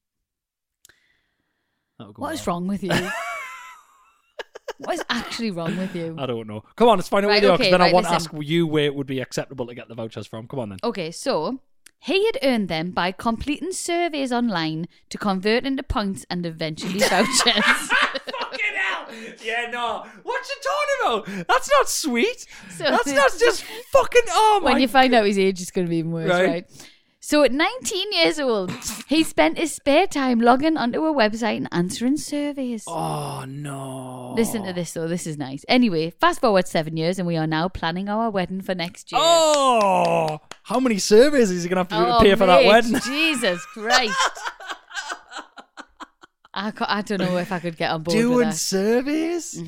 That would go What is well. wrong with you? what is actually wrong with you? I don't know. Come on, let's find out Right, what you are. Because okay, then I right, want to ask listen. you where it would be acceptable to get the vouchers from. Come on then. Okay, so he had earned them by completing surveys online to convert into points and eventually vouchers. Fucking hell! Yeah, no. What you talking about? That's not sweet. So- That's not just fucking. Oh my. when you find out his age, it's going to be even worse, Right. right? So at 19 years old, he spent his spare time logging onto a website and answering surveys. oh no. Listen to this, though. This is nice. Anyway, fast forward seven years, and we are now planning our wedding for next year. Oh, how many surveys is he gonna have to do to Oh, pay for that mate, wedding? Jesus Christ. I, ca- I don't know if I could get on board with Doing that. surveys.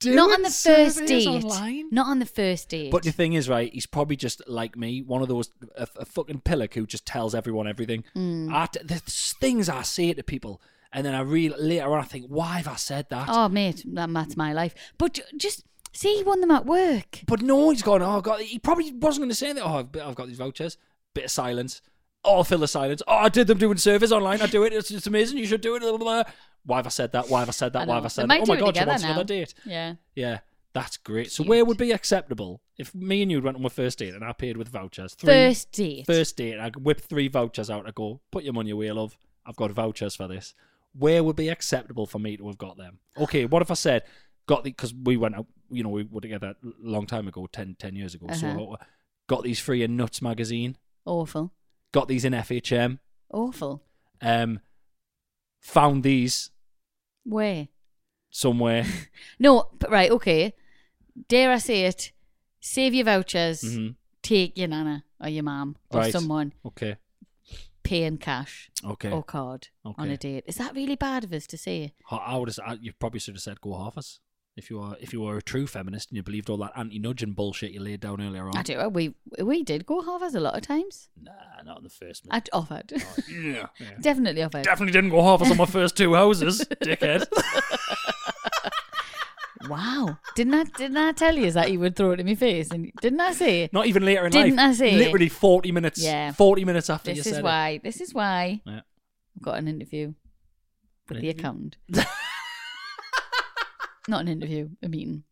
Doing Not on the first surveys date. online? Not on the first date. But the thing is, right? He's probably just like me, one of those a, a fucking pillock who just tells everyone everything. Mm. I t- the things I say to people, and then I real later on I think, why have I said that? oh, mate, that, that's my life. But ju- just see, he won them at work. But no, he's gone. Oh god, he probably wasn't going to say that. Oh, I've, I've got these vouchers. Bit of silence. Oh, I'll fill the silence. Oh, I did them doing service online. I do it. It's, it's amazing. You should do it. Blah, blah, blah. Why have I said that? Why have I said that? I know. Why have I They said that? might Oh my do it god, she together wants now. another date. Yeah. Yeah, that's great. So Cute. where would be acceptable if me and you went on a first date and I paid with vouchers? Three, First date. First date, I whip three vouchers out. I go, put your money away, love. I've got vouchers for this. Where would be acceptable for me to have got them? Okay, what if I said, got the, because we went out, you know, we were together a long time ago, 10, 10 years ago. So Uh-huh. I got these free in Nuts magazine, Awful. got these in FHM, Awful. um, found these Where? somewhere. No, but right, okay. Dare I say it? Save your vouchers. Mhm. Take your nana or your mum or Right. someone. Okay, Pay in cash okay. or card on Okay. a date. Is that really bad of us to say? I- I would have, I- you probably should have said go half us. If you are if you were a true feminist and you believed all that anti nudging bullshit you laid down earlier on, I do. We we did go half us a lot of times. Nah, Ah, not on the first. I offered. Mm. Oh, Yeah. Definitely offered. Definitely didn't go half us on my first two houses, dickhead. wow. Didn't I didn't I tell you that you would throw it in my face and didn't I say Not even later in Didn't life. I say it? Literally 40 minutes. Yeah. 40 minutes after you this said is it. why this is why Yeah. I've got an interview with An the interview? accountant. Not an interview, a meeting.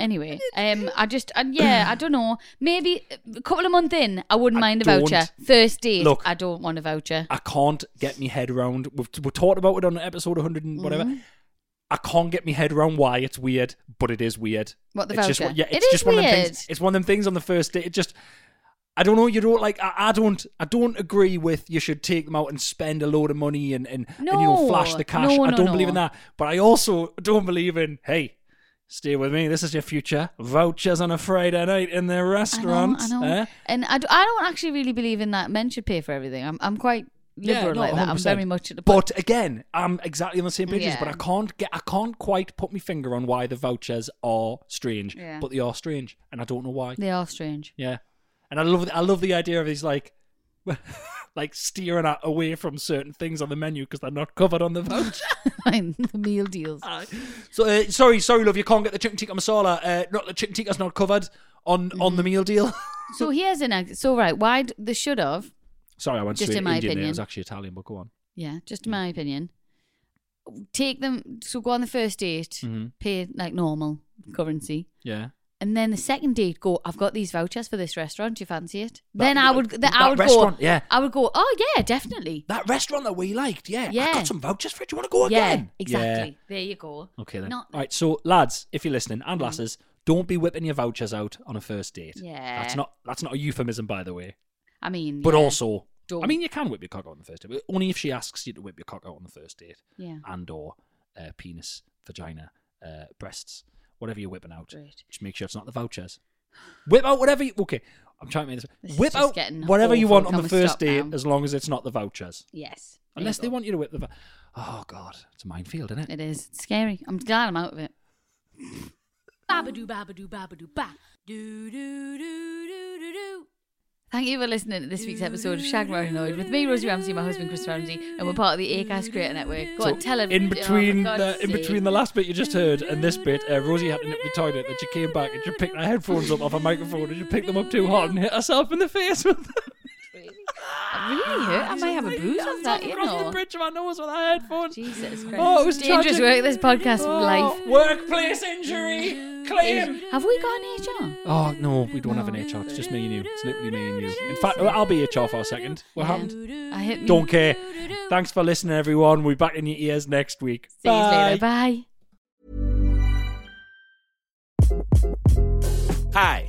Anyway, um, I just, and yeah, I don't know. Maybe a couple of months in, I wouldn't I mind a don't- voucher. First date, Look. I don't want a voucher. I can't get my head around. We've, we talked about it on episode 100 and whatever. Mm-hmm. I can't get my head around why it's weird, but it is weird. What, the it's just, voucher? yeah, It it's is just one of them weird. things. It's one of them things on the first date. It just, I don't know. You don't like. I, I don't. I don't agree with. You should take them out and spend a load of money and and, and you know No. flash the cash. No, I no, don't no. believe in that. But I also don't believe in. Hey, stay with me. This is your future. Vouchers on a Friday night in the I know, restaurant. I know. eh? And I, d- I don't actually really believe in that. Men should pay for everything. I'm, I'm quite liberal no, like that. I'm 100%. very much at the But again, I'm exactly on the same page as you, but Yeah. I can't get I can't quite put my finger on why the vouchers are strange. Yeah. But they are strange and I don't know why. They are strange. Yeah. And I love I love the idea of these like like steering out away from certain things on the menu because they're not covered on the voucher. the meal deals. so uh, sorry, sorry love, you can't get the chicken tikka masala. Uh, not the chicken tikka's not covered on on the Mm-hmm. meal deal. So here's an ex- so right. Why d- they should have? sorry, I went Just straight in my Indian there. It opinion. was actually Italian, but go on. Yeah, Mm. just in my opinion. Mm-hmm. Take them. So go on the first date. Pay like normal currency, Yeah. and then the second date go, I've got these vouchers for this restaurant. Do you fancy it? then I would, then I that would restaurant, go, yeah. I would go, oh yeah, definitely. That restaurant that we liked, yeah. I Yeah. got some vouchers for it. Do you want to go yeah, again? exactly. There you go. Yeah. Okay then. Not, All right, so lads, if you're listening and lasses, don't be whipping your vouchers out on a first date. Yeah. That's not that's not a euphemism by the way. I mean, But yeah, also I don't. mean you can whip your cock out on the first date, but only if she asks you to whip your cock out on the first date. yeah, And or uh, penis, vagina, uh, breasts, whatever you're whipping out. Great. Just make sure it's not the vouchers. Whip out whatever you okay. I'm trying to make this, This is whip just out getting whatever you awful. want on Can the we first stop date now? as long as it's not the vouchers. yes. There you Unless they go. want you to whip the vou- Oh god, it's a minefield, isn't It it? is It's scary. I'm glad I'm out of it. Babadoo, babadoo, babadoo, ba. Doo doo doo doo doo doo. Thank you for listening to this week's episode of Shag Mary Annoyed with me, Rosie Ramsey, my husband Chris Ramsey, and we're part of the Acast Creator Network. Go So on, tell them. in Oh, for between God's the in sake. between the last bit you just heard and this bit, uh, Rosie had to nip the toilet and she came back and she picked her headphones up off her microphone and she picked them up too hard and hit herself in the face with them. That really hurt. I might have a bruise on that, you across the know. bridge of my nose with her headphones. Jesus Christ. Oh, it was dangerous tragic. work. This podcast Oh, life. Workplace injury claim. Have we got an HR? Oh no, we don't have an HR. It's just me and you. It's literally me and you. In fact, I'll be HR for a second. What Yeah. happened? I hit. Don't care. Thanks for listening, everyone. We'll be back in your ears next week. See you later. Bye. Bye. Hi,